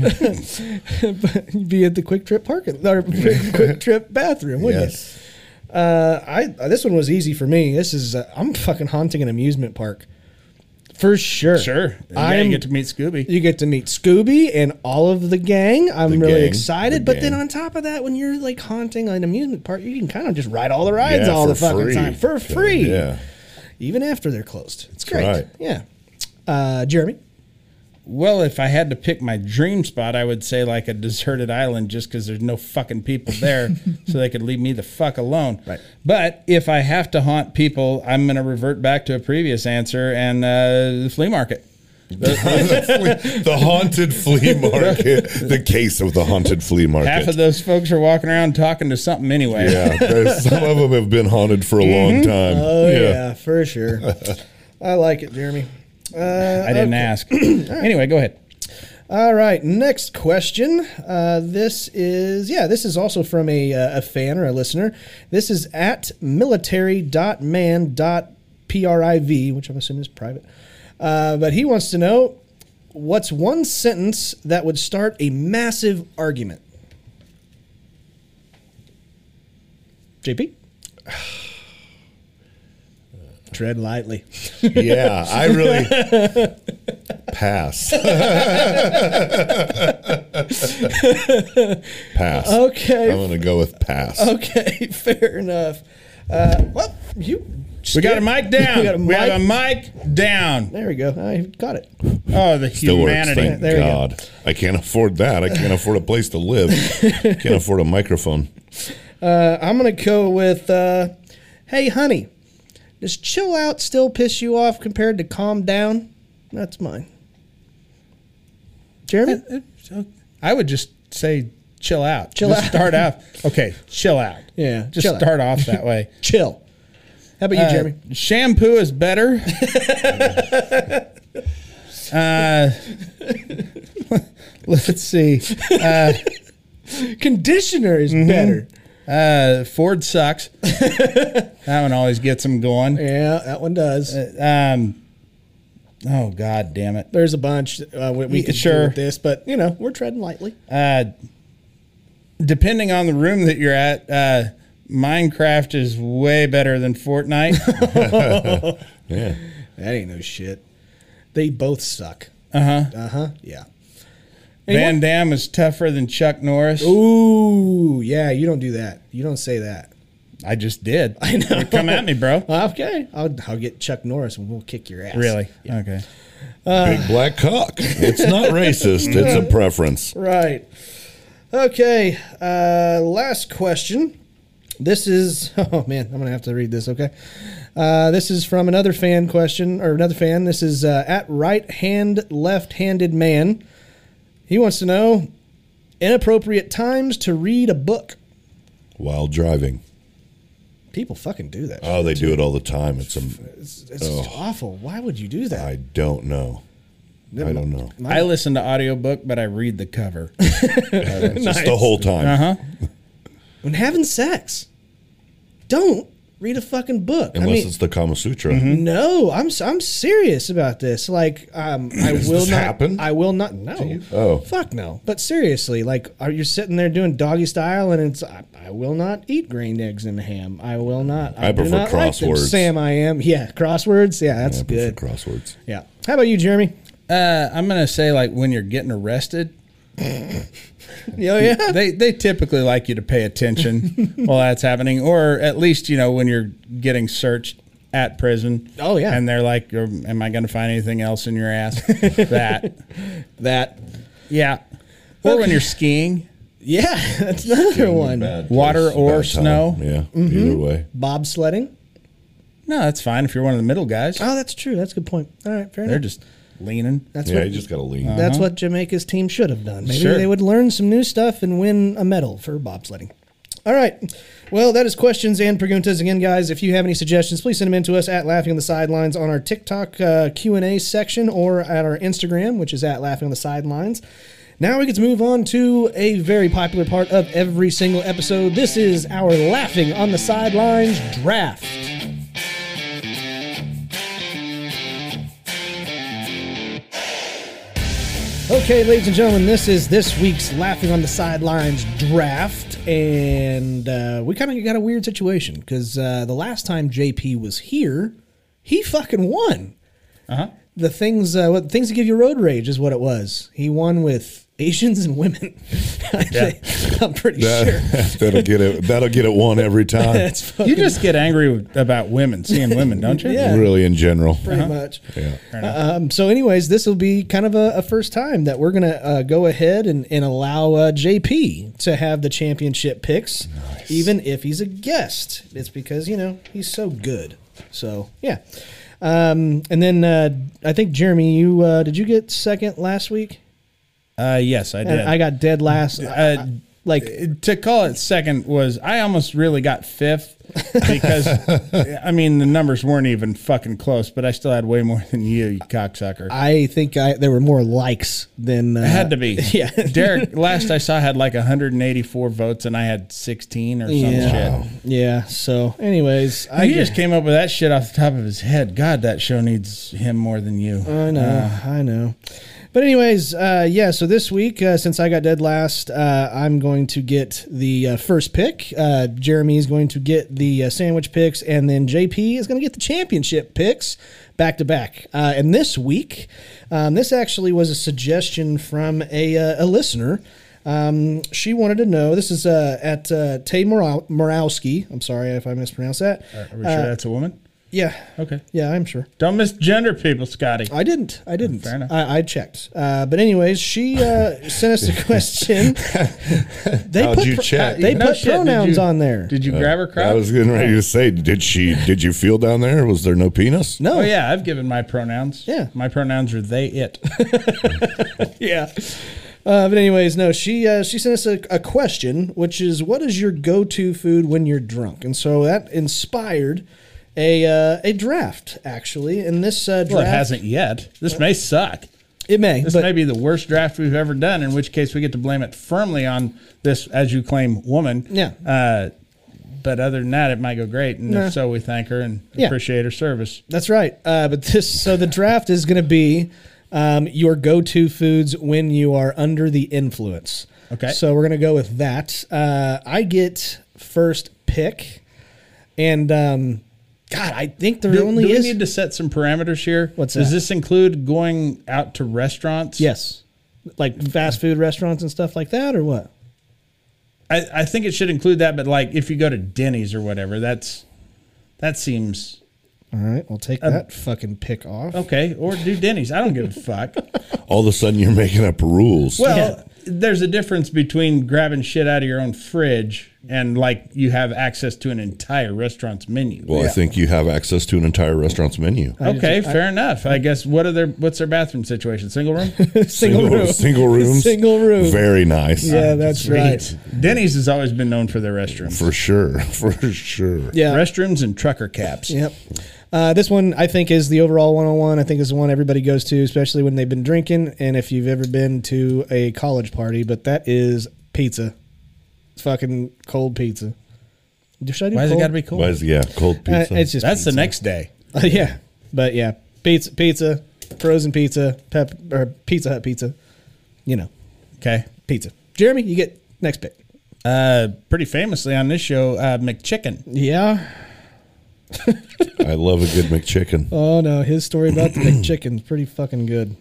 You'd be at the Quick Trip parking or Quick Trip bathroom, wouldn't
Yes.
you? Uh, I uh, this one was easy for me. This is uh, I'm fucking haunting an amusement park for sure.
sure. Yeah,
I'm
you get to meet Scooby.
You get to meet Scooby and all of the gang. I'm
The
really
gang,
excited.
the
But then
gang.
on top of that, when you're like haunting an amusement park, you can kind of just ride all the rides all the
for
fucking
free.
time for free,
Yeah.
even after they're closed. It's great.
right.
Yeah. Uh, Jeremy.
Well, if I had to pick my dream spot, I would say like a deserted island, just because there's no fucking people there, so they could leave me the fuck alone.
Right.
But if I have to haunt people, I'm gonna revert back to a previous answer and uh, the flea market.
the haunted flea market. The case of the haunted flea market.
Half of those folks are walking around talking to something anyway.
yeah, there's- some of them have been haunted for a long time.
Oh yeah, for sure. I like it, Jeremy. Uh,
I didn't ask. anyway, go ahead.
all right, next question. Uh, this is yeah, this is also from a, uh, a fan or a listener. This is at military.man.priv, which I'm assuming is private. Uh, but he wants to know what's one sentence that would start a massive argument. JP. Tread lightly.
Yeah, I really pass. pass.
Okay.
I'm gonna go with pass.
Okay, fair enough. Uh, well, you
We got a mic down. we,
We got a
have a mic down.
There we go. I got it.
Oh, the
Still works,
humanity.
thank
There we go.
God. I can't afford that. I can't afford a place to live. can't afford a microphone.
Uh, I'm gonna go with, uh, "Hey, honey, does chill out still piss you off compared to calm down?" That's mine. Jeremy,
I would just say chill out.
Chill
Just
out.
Start off. Okay, chill out.
Yeah,
Just
chill out.
start off that way.
chill. How about you,
Uh,
Jeremy?
Shampoo is better. uh, let's see.
Conditioner is better.
Uh, Ford sucks. that one always gets them going.
Yeah, that one does.
Um, oh God damn it.
There's a bunch uh, we, we
Yeah,
could
sure.
do with this, but you know we're treading lightly.
Uh, depending on the room that you're at, uh, Minecraft is way better than Fortnite.
Yeah.
That ain't no shit. They both suck. Uh
Uh-huh.
huh. Uh huh. Yeah.
Van Damme is tougher than Chuck Norris.
Ooh, yeah. You don't do that. You don't say that.
I just did. I know. Come at me, bro.
Okay, I'll, I'll get Chuck Norris and we'll kick your ass.
Really? Okay.
Big black cock. It's not racist. It's a preference.
Right. Okay. Uh, last question. This is oh man, I'm gonna have to read this. Okay. Uh, this is from another fan question or another fan. This is uh, at right hand left handed man. He wants to know inappropriate times to read a book.
While driving.
People fucking do that.
Oh, they do it all the time. It's a.
it's it's just awful. Why would you do that?
I don't know. I don't know.
I listen to audiobook, but I read the cover.
Just the whole time.
Uh-huh.
Uh-huh.
when having sex, don't read a fucking book.
Unless
I mean, Mm-hmm.
it's the Kama Sutra.
No, I'm s- I'm serious about this. Like, um, I
Does
will
this
not
happen
I will not. No.
Oh.
fuck no. But seriously, like, are you sitting there doing doggy style and it's I, I will not eat grained eggs and ham. I will not. I,
I
do
prefer
not like them.
crosswords.
Sam, I am. Yeah, crosswords. Yeah, that's
I prefer
good.
crosswords.
yeah. How about you, Jeremy?
Uh, I'm gonna say like when you're getting arrested, Oh,
Yeah, yeah.
they they typically like you to pay attention while that's happening, or at least you know when you're getting searched at prison.
Oh, yeah.
and they're like, "Um, "Am I gonna find anything else in your ass?" that,
that.
yeah, or when you're skiing,
Yeah, that's another one.
Water
It's
or
about time.
snow?
Yeah.
Mm-hmm.
Either way.
Bobsledding.
no, that's fine if you're one of the middle guys.
Oh, that's true. That's a good point. All right, fair
They're
enough.
just leaning.
That's
Yeah,
what Uh-huh.
you just got to lean.
That's what Jamaica's team should have done. Maybe
Sure.
they would learn some new stuff and win a medal for bobsledding. All right. Well, that is questions and preguntas again, guys. If you have any suggestions, please send them in to us at Laughing on the Sidelines on our TikTok uh, Q and A section or at our Instagram, which is at Laughing on the Sidelines. Now we get to move on to a very popular part of every single episode. This is our Laughing on the Sidelines draft. Okay, ladies and gentlemen, this is this week's Laughing on the Sidelines draft. And uh, we kind of got a weird situation because uh, the last time JP was here, he fucking won. Uh huh. The things, uh, what things that give you road rage is what it was. He won with Asians and women. I think. I'm pretty sure.
That, that'll get it. That'll get it one every time.
That's fucking
You just get angry with- about women, seeing women, don't you?
Yeah.
Really, in general.
pretty much.
Yeah.
Um, so, anyways, this will be kind of a, a first time that we're going to uh, go ahead and, and allow uh, JP to have the championship picks, even if he's a guest. It's because, you know, he's so good. So, yeah. Um, and then uh, I think, Jeremy, you uh, did you get second last week?
Uh, yes, I did.
And I got dead last. I-
Uh,
I- like,
to call it second was I almost really got fifth because I mean the numbers weren't even fucking close, but I still had way more than you, you cocksucker.
I think I there were more likes than. Uh,
it had to be.
Yeah.
Derek last I saw had like 184 votes and I had 16 or some
Yeah.
Oh.
shit.
Yeah. So, anyways, I
He just came up with that shit off the top of his head. God, that show needs him more than you.
I know, I know. But anyways, uh, yeah. So this week, uh, since I got dead last, uh, I'm going to get the uh, first pick. Uh, Jeremy is going to get the uh, sandwich picks, and then JP is going to get the championship picks back to back. Uh, And this week, um, this actually was a suggestion from a, uh, a listener. Um, she wanted to know. This is uh, at uh, Tay Mora- Morowski. I'm sorry if I mispronounced that.
Are we sure that's a woman?
Yeah.
Okay.
Yeah, I'm sure.
Don't misgender people, Scotty.
I didn't. I didn't.
Fair enough.
I, I checked. Uh, but anyways, she uh, sent us a question. they
How'd
put
you
pro-
check?
They
No
put
shit, did
pronouns
you-
on there.
Did you grab her crotch?
I was getting ready to say, did she? Did you feel down there? Was there no penis?
no.
Oh yeah, I've given my pronouns.
Yeah.
my pronouns are they, it.
yeah. Uh, but anyways, no, she uh, she sent us a, a question, which is, what is your go-to food when you're drunk? And so that inspired a uh, a draft actually. And this uh, draft
well, it hasn't yet. This may suck.
It may,
This
but
may be the worst draft we've ever done. In which case, we get to blame it firmly on this, as you claim, woman.
Yeah.
Uh, but other than that, it might go great, and
Nah.
if so, we thank her and
Yeah.
appreciate her service.
that's right. Uh, but this so the draft is going to be um, your go-to foods when you are under the influence.
Okay.
So we're going to go with that. Uh, I get first pick, and um, God, I think there
Do,
only
do we
is
need to set some parameters here?
What's
Does
that?
this include going out to restaurants?
Yes. Like fast food restaurants and stuff like that, or what?
I, I think it should include that, but like if you go to Denny's or whatever, that's that seems
All right, I'll take that fucking pick off.
okay. Or do Denny's. I don't give a fuck.
All of a sudden, you're making up rules.
Well, there's a difference between grabbing shit out of your own fridge and like you have access to an entire restaurant's menu.
Well, I think you have access to an entire restaurant's menu.
okay, fair enough. I guess what are their what's their bathroom situation? Single room?
Single, room.
single rooms,
Single room.
Very nice.
yeah, that's right.
Denny's has always been known for their restrooms.
for sure, for sure.
Yeah.
Restrooms and trucker caps.
Yep. Uh, this one I think is the overall 101. I think is the one everybody goes to, especially when they've been drinking and if you've ever been to a college party. But that is pizza, It's fucking cold pizza. Should I do
Why has it
cold?
got to be cold?
Why is yeah cold
Uh,
pizza?
it's just
That's
pizza.
the next day.
Uh, yeah, but yeah, pizza, pizza, frozen pizza, pep or Pizza Hut pizza. You know,
Okay.
pizza. Jeremy, you get next pick.
Uh, pretty famously on this show, uh, McChicken.
Yeah.
I love a good McChicken.
Oh no, his story about the McChicken's pretty fucking good.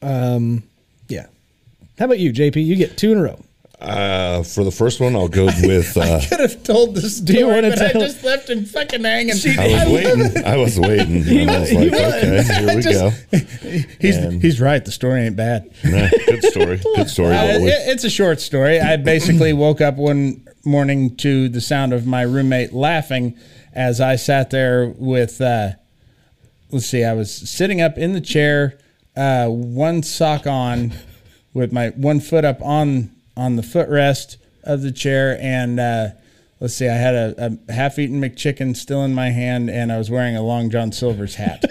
Um, yeah. How about you, JP? You get two in a row.
Uh, for the first one, I'll go with. Uh,
Could have told this. Do
you wanna tell-
left him fucking hanging.
I was waiting. I was waiting. And I was like, okay, here we go.
He's
And-
he's right. The story ain't bad.
Nah, good story. Good story.
Uh,
What we-
it- it's a short story. I basically woke up one morning to the sound of my roommate laughing as I sat there with, uh, let's see, I was sitting up in the chair, uh, one sock on, with my one foot up on on the footrest of the chair, and uh, let's see, I had a, a half-eaten McChicken still in my hand, and I was wearing a Long John Silver's hat.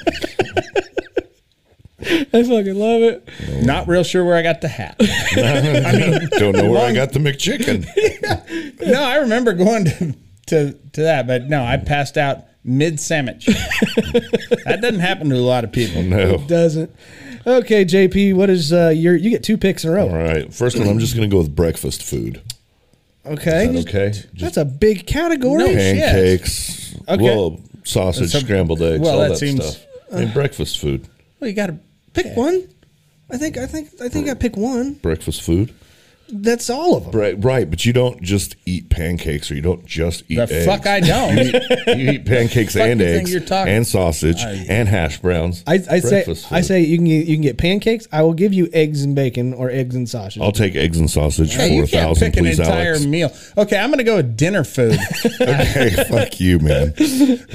I fucking love it.
Not real sure where I got the hat.
Don't know where I got the McChicken.
no, I remember going to, to to that, but no, I passed out mid sandwich. that doesn't happen to a lot of people.
No.
Doesn't. Okay, JP, what is uh, your? You get two picks in a row.
All right. First one, I'm just going to go with breakfast food.
Okay.
Is that okay? Just
That's a big category.
No. shit.
pancakes, well, sausage,
Some-
scrambled eggs,
well,
all
that
that,
seems-
stuff. and breakfast food.
Well, you got to
Pick one. I think. I think. I think I pick one.
Breakfast food.
That's all of them.
Right, right, but you don't just eat pancakes, or you don't just eat
the
eggs.
fuck I don't.
you eat pancakes
Fuck
and
you think
eggs,
you're talking-
and sausage, and hash browns.
I, I say
breakfast
I
food.
say you can get, you can get pancakes. I will give you eggs and bacon or eggs and sausage.
I'll take eggs and sausage
Hey,
for
you
a
can't
thousand,
pick an
please,
entire
Alex.
meal. Okay, I'm gonna go with dinner food.
okay, fuck you, man.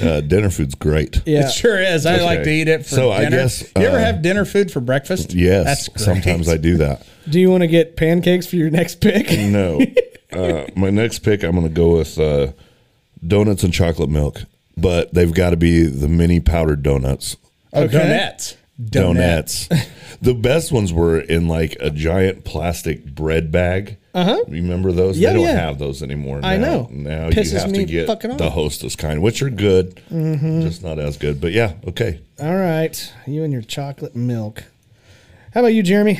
Uh, dinner food's great.
Yeah.
It sure is. I
Okay.
like to eat it for
So I
dinner.
guess,
you ever
uh,
have dinner food for breakfast?
Yes,
that's great.
sometimes I do that.
Do you want to get pancakes for your next pick?
No, uh, my next pick, I'm going to go with uh, donuts and chocolate milk, but they've got to be the mini powdered donuts.
Oh, donuts.
donuts. the best ones were in like a giant plastic bread bag. Uh huh. Remember those?
Uh-huh. Yeah,
they don't
yeah.
have those anymore. Now.
I know.
Now
Pisses
you have
me
to get
fucking off. Mm-hmm.
the hostess kind, which are good, just not as good. But yeah, okay.
All right, you and your chocolate milk. How about you, Jeremy?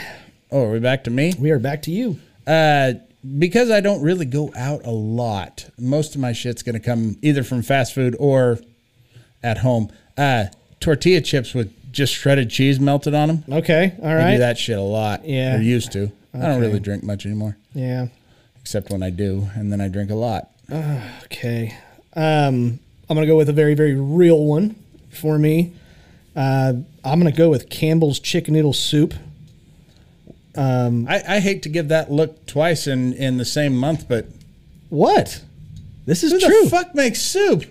Oh, are we back to me?
We are back to you.
Uh, because I don't really go out a lot, most of my shit's gonna come either from fast food or at home. Uh, tortilla chips with just shredded cheese melted on them.
Okay, all
I
right.
do that shit a lot.
Yeah.
or used to. I don't really drink much anymore,
Yeah.
except when I do, and then I drink a lot.
Okay. Um, I'm going to go with a very, very real one for me. Uh, I'm going to go with Campbell's chicken noodle soup.
Um, I, I hate to give that look twice in, in the same month, but
what? This is
Who
true.
The fuck makes soup?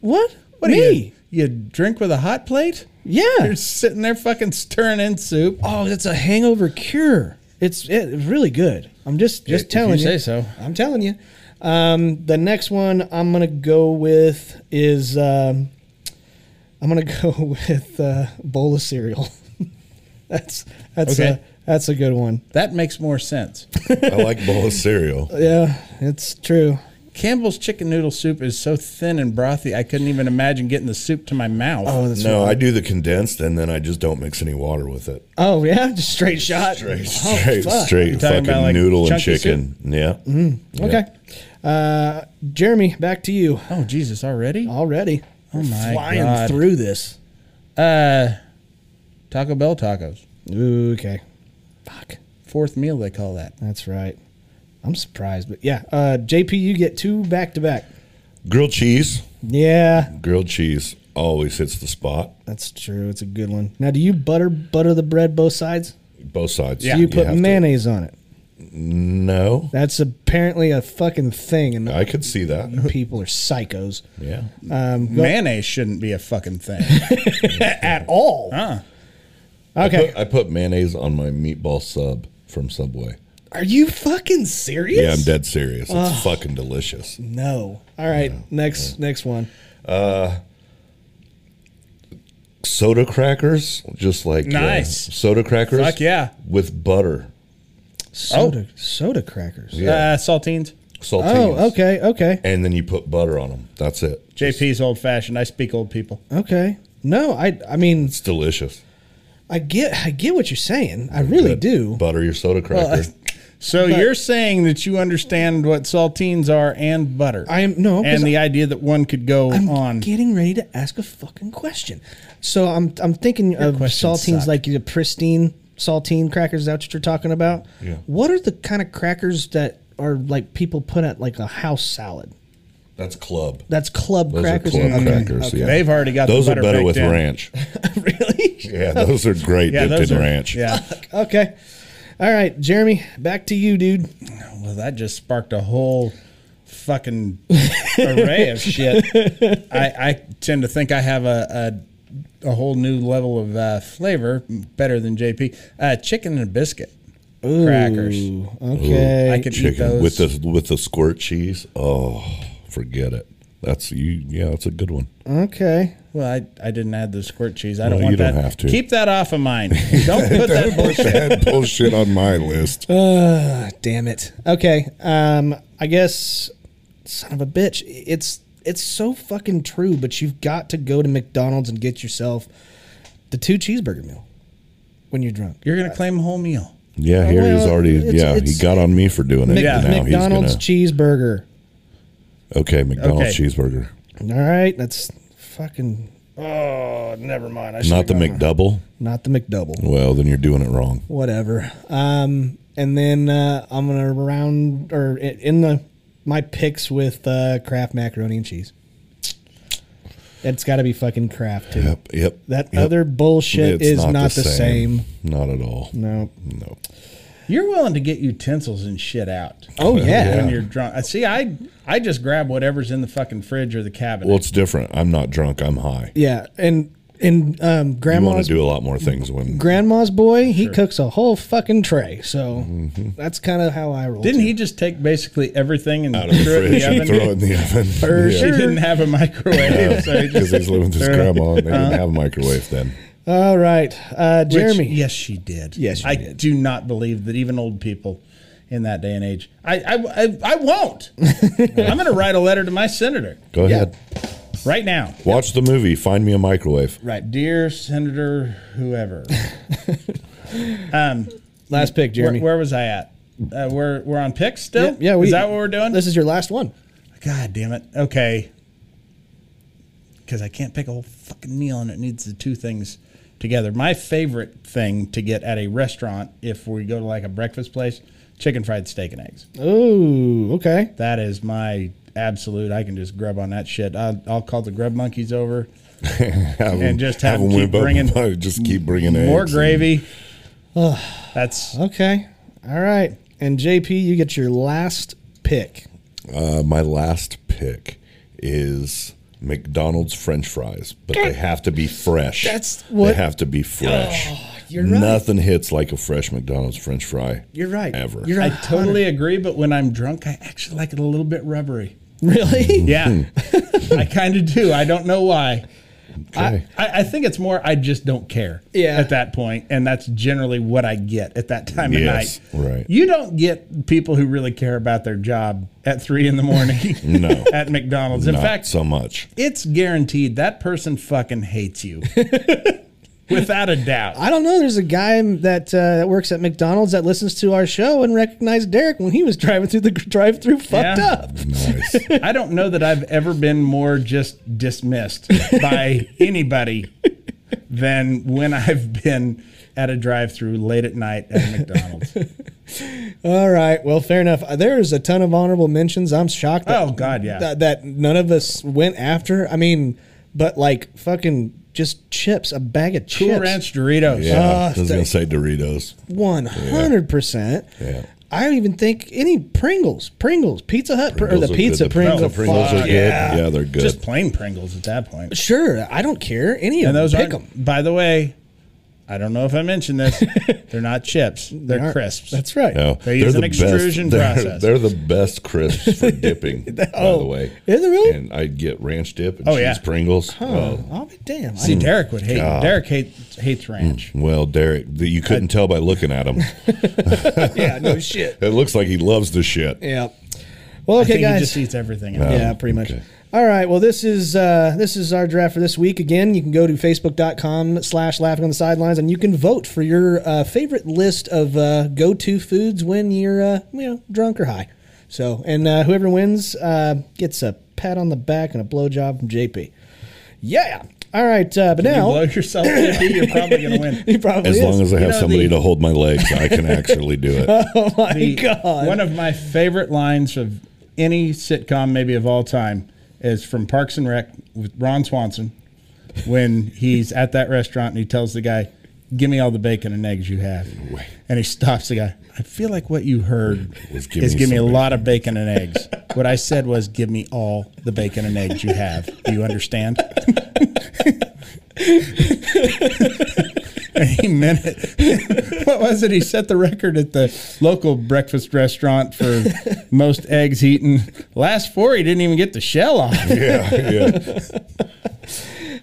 What?
What
Me?
do you? You drink with a hot plate?
Yeah.
You're sitting there fucking stirring in soup.
Oh, it's a hangover cure. It's it's really good. I'm just just
If
telling
you say so.
I'm telling you. Um, the next one I'm gonna go with is um, I'm gonna go with uh, bowl of cereal. that's that's
Okay.
a, that's a good one.
That makes more sense.
I like bowl of cereal.
Yeah, it's true.
Campbell's chicken noodle soup is so thin and brothy, I couldn't even imagine getting the soup to my mouth.
Oh, that's
No, I do the condensed and then I just don't mix any water with it.
oh yeah, just straight shot.
Straight,
Oh,
straight,
fuck.
straight
You're talking
fucking
about, like,
noodle and
chunky soup?
chicken. Yeah.
Mm-hmm. Okay, uh, Jeremy, back to you
Oh, Jesus, already?
already.
Oh, my
flying
God.
through this.
Uh, Taco Bell tacos.
Okay, fuck.
Fourth meal, they call that.
That's right. I'm surprised, but yeah. Uh, JP, you get two back to back.
Grilled cheese.
Yeah,
Grilled cheese always hits the spot.
that's true. It's a good one. Now, do you butter butter the bread both sides?
Both sides.
do you put
have to-
mayonnaise on it?
No.
That's apparently a fucking thing, and
I could see that.
people are psychos
Yeah.
Mayonnaise shouldn't be a fucking thing.
at all.
Huh.
I
Okay,
put, I put mayonnaise on my meatball sub from Subway.
are you fucking serious?
Yeah, I'm dead serious. It's fucking delicious.
No. All right, next next one.
Oh. Soda crackers, just like uh,
Nice.
soda crackers.
Fuck yeah.
with butter,
Soda soda crackers.
Uh, saltines.
saltines.
Oh, okay, okay,
And then you put butter on them. That's it.
JP's old fashioned. I speak old people.
okay. No, I I mean
It's delicious.
I get I get what you're saying. I really
Good.
do.
Butter your soda cracker.
So you're saying that you understand what saltines are and butter.
I am- no, 'cause
and the idea that one could go
I'm
on.
getting ready to ask a fucking question. So I'm I'm thinking of
questions
saltines
suck.
like the pristine saltine crackers. Is that what you're talking about?
Yeah.
What are the kind of crackers that are like people put at like a house salad?
That's club.
That's club
Those
crackers.
are club
Okay.
crackers. Yeah.
They've already got
those
the
are
butter
better
baked
with
in.
ranch.
really?
Yeah, those are great
Yeah,
dipped
those
in
are
ranch.
Yeah.
Okay. All right, Jeremy, back to you, dude.
Well, that just sparked a whole fucking array of shit. I, I tend to think I have a, a, a whole new level of uh, flavor, better than JP. Uh, chicken and biscuit crackers.
Ooh, Okay.
I could eat
Chicken
those.
with the with the squirt cheese. Oh, forget it. That's you. Yeah, that's a good one.
Okay.
well, I, I didn't add the squirt cheese. I don't
Well,
want
you don't
that.
have to.
Keep that off of mine. Don't put that bullshit.
That bullshit on my list.
Ah, damn it. Okay. Um, I guess, son of a bitch, it's it's so fucking true. But you've got to go to McDonald's and get yourself the two cheeseburger meal when you're drunk.
You're gonna claim a whole meal.
Yeah, here he's
Well,
already.
it's-
yeah,
it's-
he got on me for doing it.
Mc-
Yeah, now
McDonald's
he's
cheeseburger.
gonna. Okay, McDonald's
Okay.
cheeseburger,
All right, that's fucking. Oh, never mind. I
not
should've
the
gone-
McDouble.
Not the McDouble.
Well, then you're doing it wrong.
Whatever. Um, and then uh, I'm gonna round or in- in the my picks with uh, Kraft macaroni and cheese. It's got to be fucking Kraft too.
Yep, yep.
That
yep.
other bullshit
It's
is not, the, same.
Not at all.
No.
No.
You're willing to get utensils and shit out.
Oh yeah.
When you're drunk. I see. I I just grab whatever's in the fucking fridge or the cabinet.
Well, it's different. I'm not drunk. I'm high.
Yeah, and and um,
You want
grandma's
to do a lot more things when.
grandma's boy, he cooks a whole fucking tray. So
Mm-hmm.
that's kind of how I roll.
Didn't
too.
he just take basically everything and
out of the
throw it in
fridge
the
and
oven?
throw it in the oven.
For
She didn't have a microwave, so he
Oh, Because
just Uh-huh.
he's living with his grandma and they didn't have a microwave then.
All right, uh,
Which-
Jeremy.
yes, she did.
Yes, she
I
did.
do not believe that even old people in that day and age. I I, I, I won't. I'm going to write a letter to my senator
Go ahead.
right now.
Watch the movie. Find me a microwave.
Right, dear Senator, whoever.
Last pick,
where,
Jeremy.
where was I at? Uh, we're we're on picks still.
Yep, yeah, we-
is that what we're doing?
This is your last one.
God damn it. Okay. Because I can't pick a whole fucking meal and it needs the two things together. My favorite thing to get at a restaurant, if we go to like a breakfast place, chicken fried steak and eggs.
Oh, okay.
That is my absolute. I can just grub on that shit. I, I'll call the grub monkeys over
Have
and
'em-
just have,
have
them
'em
keep
whip up
bringing
and just keep bringing
more
eggs and-
gravy. That's
Okay. All right. And JP, you get your last pick.
Uh, my last pick is McDonald's French fries, but they have to be fresh.
That's what- Oh,
they have to be fresh.
you're right.
Nothing hits like a fresh McDonald's French fry.
You're right.
Ever.
You're
I
right.
totally agree, but when I'm drunk, I actually like it a little bit rubbery.
Really?
Yeah, I kind of do. I don't know why.
Hmm. Okay.
I, I think it's more I just don't care
Yeah.
at that point, and that's generally what I get at that time
Yes,
of night.
right.
You don't get people who really care about their job at three in the morning.
No.
at McDonald's. In
Not
fact,
so much.
it's guaranteed that person fucking hates you, without a doubt.
I don't know. There's a guy that uh, that works at McDonald's that listens to our show and recognized Derek when he was driving through the drive-through, fucked
Yeah.
up.
Nice.
I don't know that I've ever been more just dismissed by anybody than when I've been at a drive-through late at night at a McDonald's.
All right. Well, fair enough. Uh, There's a ton of honorable mentions. I'm shocked. That,
Oh, God, yeah.
That, that none of us went after. I mean, but like fucking just chips, a bag of
Cool
chips.
Ranch Doritos. Uh,
Yeah,
Ah,
I was gonna
steak.
say Doritos.
One hundred percent.
Yeah.
I don't even think any Pringles, Pringles, Pizza Hut, Pr- or
Those
the
are
pizza
good.
Pringles.
The Pringles
fuck
are good. Yeah, they're good.
Just plain Pringles at that point.
Sure, I don't care. Any of
And
them,
those
pick
are,
them.
by the way, I don't know if I mentioned this. They're not chips. They're
aren't.
crisps.
That's right.
no,
They use
they're
an
the
extrusion
best, they're-
process.
They're, the best crisps for dipping, by the way.
Is it really?
And I'd get ranch dip and
Oh,
cheese
yeah.
Pringles. Oh,
I'll be damned.
See, Derek would hate. Derek hates hates ranch.
well, Derek, the, you couldn't tell by looking at him.
yeah, no shit.
It looks like he loves the shit.
Yeah. Well,
I
Mm. okay,
think
guys.
he just eats everything.
yeah, pretty much.
Um, okay.
All right. Well, this is uh, this is our draft for this week. Again, you can go to facebook.com slash laughing on the sidelines and you can vote for your uh, favorite list of uh, go to foods when you're uh, you know drunk or high. So, and uh, whoever wins uh, gets a pat on the back and a blowjob from JP. Yeah. All right. Uh, but
You
now
blow yourself, you're probably gonna win.
he probably
As
is.
long as I have
know,
somebody
the-
to hold my legs, I can actually do it.
the-
Oh God.
One of my favorite lines of any sitcom, maybe of all time, is from Parks and Rec with Ron Swanson when he's at that restaurant and he tells the guy, Give me all the bacon and eggs you have. And he stops the guy. I feel like what you heard
Was give
is
me
give me a
some
lot of bacon and eggs. what I said was, Give me all the bacon and eggs you have. Do you understand? And he meant it. what was it? He set the record at the local breakfast restaurant for most eggs eaten. Last four, he didn't even get the shell off.
Yeah, yeah.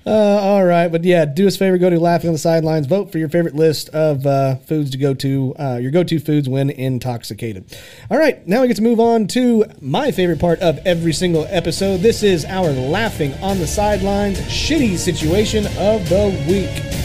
Uh, All right, but yeah, do us a favor, go to Laughing on the Sidelines, vote for your favorite list of uh, foods to go to, uh, your go-to foods when intoxicated. All right, now we get to move on to my favorite part of every single episode. This is our Laughing on the Sidelines shitty situation of the week.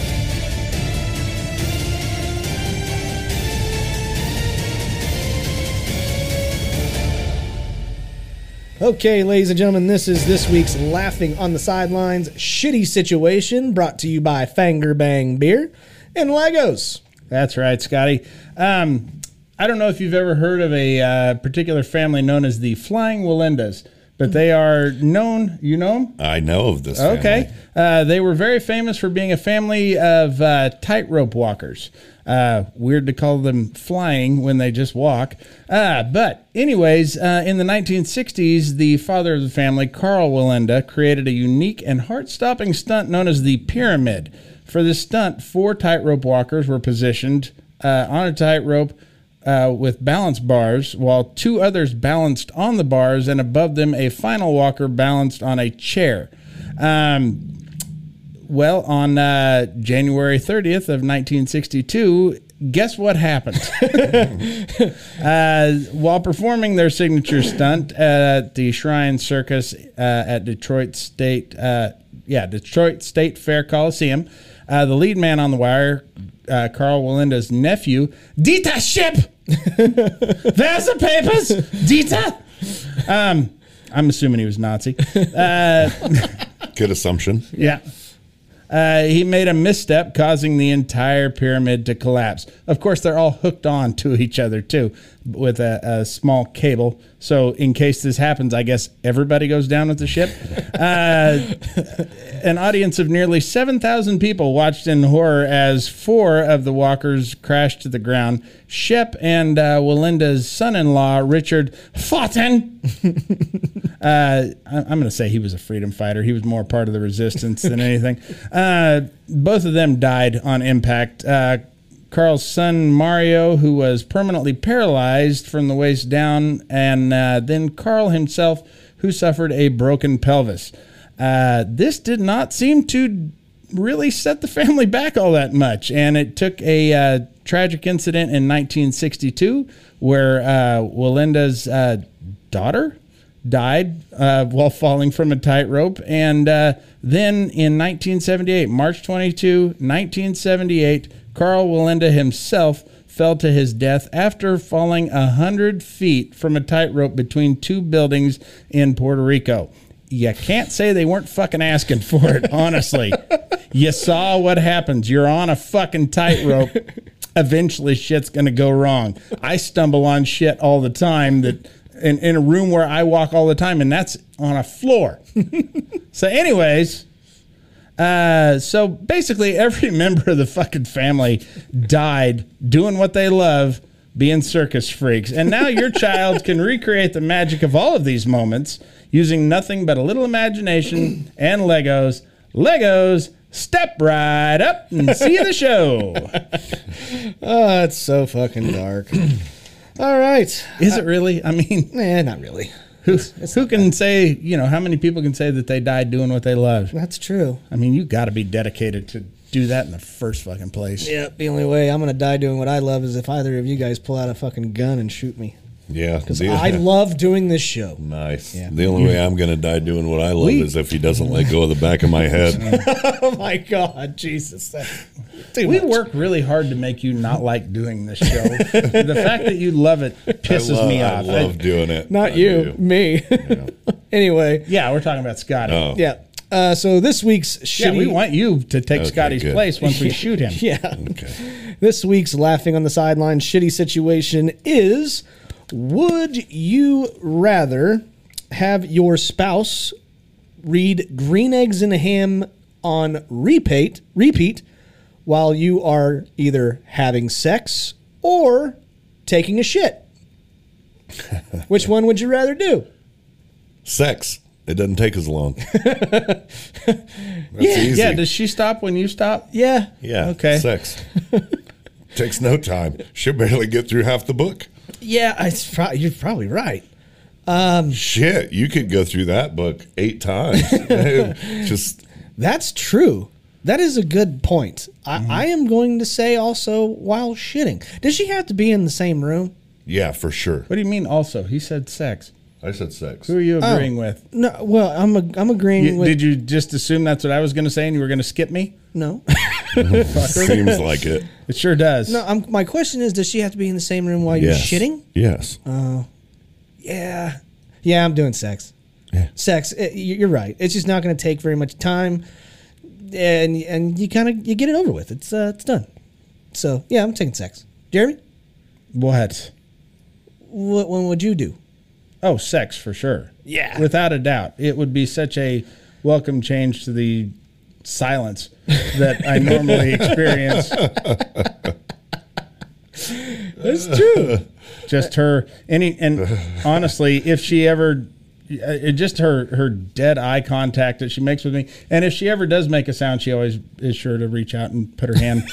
Okay, ladies and gentlemen, this is this week's Laughing on the Sidelines shitty situation, brought to you by Fanger Bang Beer and Legos.
That's right, Scotty. Um, I don't know if you've ever heard of a uh, particular family known as the Flying Walendas, but they are known. You know 'em?
I know of this.
Okay. Uh, they were very famous for being a family of uh, tightrope walkers. Uh, weird to call them flying when they just walk. Uh, but, anyways, uh, in the 1960s, the father of the family, Carl Willenda, created a unique and heart stopping stunt known as the Pyramid. For this stunt, four tightrope walkers were positioned uh, on a tightrope uh, with balance bars, while two others balanced on the bars, and above them, a final walker balanced on a chair. Um, well, on uh, January 30th of 1962, guess what happened? uh, while performing their signature stunt at the Shrine Circus uh, at Detroit State, uh, yeah, Detroit State Fair Coliseum, uh, the lead man on the wire, uh, Carl Walenda's nephew, Dita Ship. There's the papers, Dita. Um, Uh, I'm assuming he was Nazi.
Good assumption.
Yeah. Uh, he made a misstep, causing the entire pyramid to collapse. Of course, they're all hooked on to each other too, with a, a small cable. So, in case this happens, I guess everybody goes down with the ship. Uh, an audience of nearly 7,000 people watched in horror as four of the walkers crashed to the ground. Shep and uh, Walinda's son in law, Richard Foughton, uh, I- I'm going to say he was a freedom fighter. He was more part of the resistance than anything. Uh, both of them died on impact. Uh, Carl's son Mario, who was permanently paralyzed from the waist down, and uh, then Carl himself, who suffered a broken pelvis. Uh, this did not seem to really set the family back all that much. And it took a uh, tragic incident in 1962 where uh, Walenda's uh, daughter died uh, while falling from a tightrope. And uh, then in 1978, March 22, 1978, Carl Walenda himself fell to his death after falling 100 feet from a tightrope between two buildings in Puerto Rico you can't say they weren't fucking asking for it, honestly. you saw what happens. You're on a fucking tightrope. Eventually, shit's going to go wrong. I stumble on shit all the time that in, in a room where I walk all the time, and that's on a floor. so, anyways, uh, so basically, every member of the fucking family died doing what they love, being circus freaks. And now your child can recreate the magic of all of these moments using nothing but a little imagination and Legos. Legos, step right up and see the show.
Oh, it's so fucking dark. All right.
Is it really? I mean,
nah, not really.
Who, who can say, you know, how many people can say that they died doing what they love?
That's true.
I mean, you got to be dedicated to do that in the first fucking place.
Yep. The only way I'm gonna die doing what I love is if either of you guys pull out a fucking gun and shoot me.
Yeah,
Because
the-
I love doing this show.
Nice.
Yeah.
The only way I'm going to die doing what I love
We-
is if he doesn't let go of the back of my head.
oh my god, Jesus! That's too
we
much.
work really hard to make you not like doing this show. the fact that you love it pisses
I love,
me
I
off.
love doing it.
Not
I
you,
do.
me. anyway,
yeah, we're talking about Scotty.
Oh.
yeah. Uh, so this week's shitty.
yeah, we want you to take
Okay,
Scotty's
good.
place once we shoot him.
Yeah.
Okay.
This week's laughing on the sideline shitty situation is: Would you rather have your spouse read Green Eggs and Ham on repeat, repeat, while you are either having sex or taking a shit? Which one would you rather do?
Sex. It doesn't take as long. That's easy.
Yeah, does she stop when you stop?
Yeah.
Yeah,
Okay.
Sex. Takes no time. She'll barely get through half the book.
Yeah, it's pro- you're probably right.
Shit, you could go through that book eight times. Just
That's true. That is a good point. I, I am going to say also while shitting. Does she have to be in the same room?
yeah, for sure.
What do you mean also? He said sex.
I said sex.
Who are you agreeing with?
No. Well, I'm a, I'm agreeing
You-
Oh. Mm, with
did you just assume that's what I was going to say and you were going to skip me?
no.
Seems like it.
It sure does.
no I'm, my question is, does she have to be in the same room while
Yes.
you're shitting? Uh.
Yes.
Yeah. Yeah, I'm doing sex.
Yeah.
Sex. eh, you- you're right. It's just not going to take very much time, and and you kind of you get it over with. It's uh, it's done. So yeah, I'm taking sex. Jeremy,
What?
what one would you do?
Oh, sex for sure.
Yeah.
Without a doubt. It would be such a welcome change to the silence that I normally experience.
That's true.
Just her any and honestly, if she ever uh, just her her dead eye contact that she makes with me, and if she ever does make a sound, she always is sure to reach out and put her hand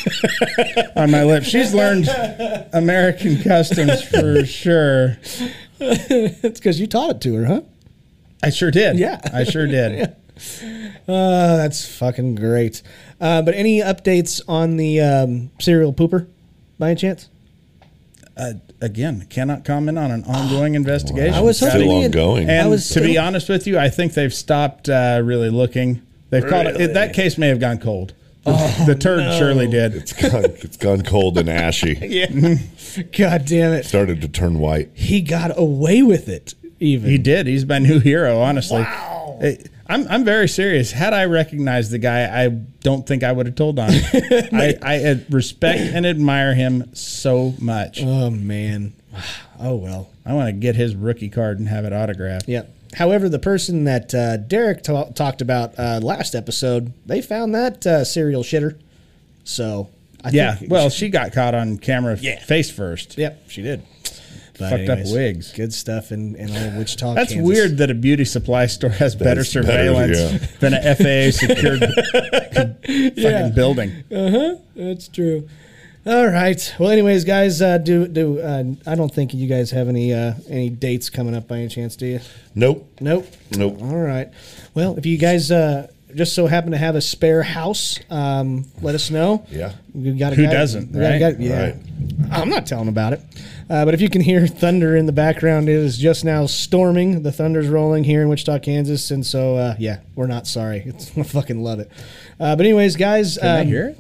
on my lip. She's learned American customs for sure.
it's because you taught it to her, huh?
I sure did.
Yeah.
I sure did.
Uh, that's fucking great. Uh, but any updates on the um, serial pooper, by any chance?
Again, cannot comment on an ongoing investigation.
I was
Still
hoping you-
ongoing.
And
I was
to be honest with you, I think they've stopped uh, really looking. They've called it, it- that case may have gone cold. The,
Oh,
the turd surely did.
It's gone, it's gone cold and ashy.
God damn it,
Started to turn white.
he got away with it. Even
He did. He's my new hero, honestly. It- I'm I'm very serious. Had I recognized the guy, I don't think I would have told on him. I, I uh, respect and admire him so much.
Oh man. Oh well.
I want to get his rookie card and have it autographed.
Yeah. However, the person that uh, Derek ta- talked about uh, last episode, they found that uh, serial shitter. So I
yeah.
think
Well, she got caught on camera f-
Yeah.
face first.
Yep, she did. But
Fucked up
anyways,
wigs.
Good stuff in, in old Wichita.
That's
Kansas.
weird that a beauty supply store has better
better,
surveillance
yeah.
than a FAA secured fucking building.
That's true. All right. Well, anyways, guys, uh, do do uh, I don't think you guys have any uh, any dates coming up by any chance, do you?
Nope.
Nope.
Nope.
All right. Well, if you guys uh, just so happen to have a spare house, um, let us know.
Yeah.
We got a
Who
guy-
doesn't,
we got a
right?
guy- yeah.
Right.
I'm not telling about it. Uh, but if you can hear thunder in the background, it is just now storming. The thunder's rolling here in Wichita, Kansas, and so uh, yeah, we're not sorry. It's, I fucking love it. Uh, but anyways, guys,
Can I
um,
hear it?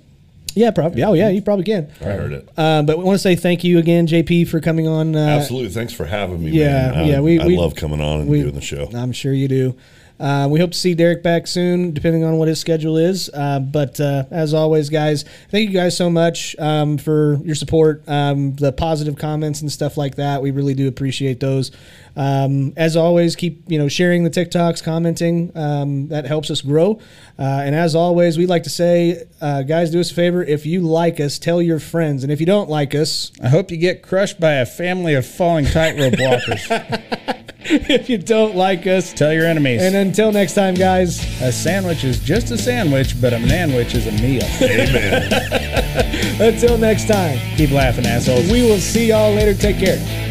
Yeah, probably. Oh yeah, you probably can.
I heard it.
Uh, but we want to say thank you again, JP, for coming on. Uh,
Absolutely. Thanks for having me.
yeah,
man. I,
yeah, we-
I
we-
love coming on and
we-
doing the show.
I'm sure you do. Uh, we hope to see Derek back soon, depending on what his schedule is. Uh, but uh, as always, guys, thank you guys so much um, for your support, um, the positive comments and stuff like that. We really do appreciate those. Um, as always, keep you know sharing the TikToks, commenting. Um, that helps us grow. Uh, and as always, we like to say, uh, guys, do us a favor. If you like us, tell your friends. And if you don't like us,
I hope you get crushed by a family of falling tightrope walkers.
if you don't like us,
Tell your enemies.
and until next time, guys.
a sandwich is just a sandwich, but a manwich is a meal.
Amen.
Until next time,
Keep laughing, assholes.
we will see y'all later. Take care.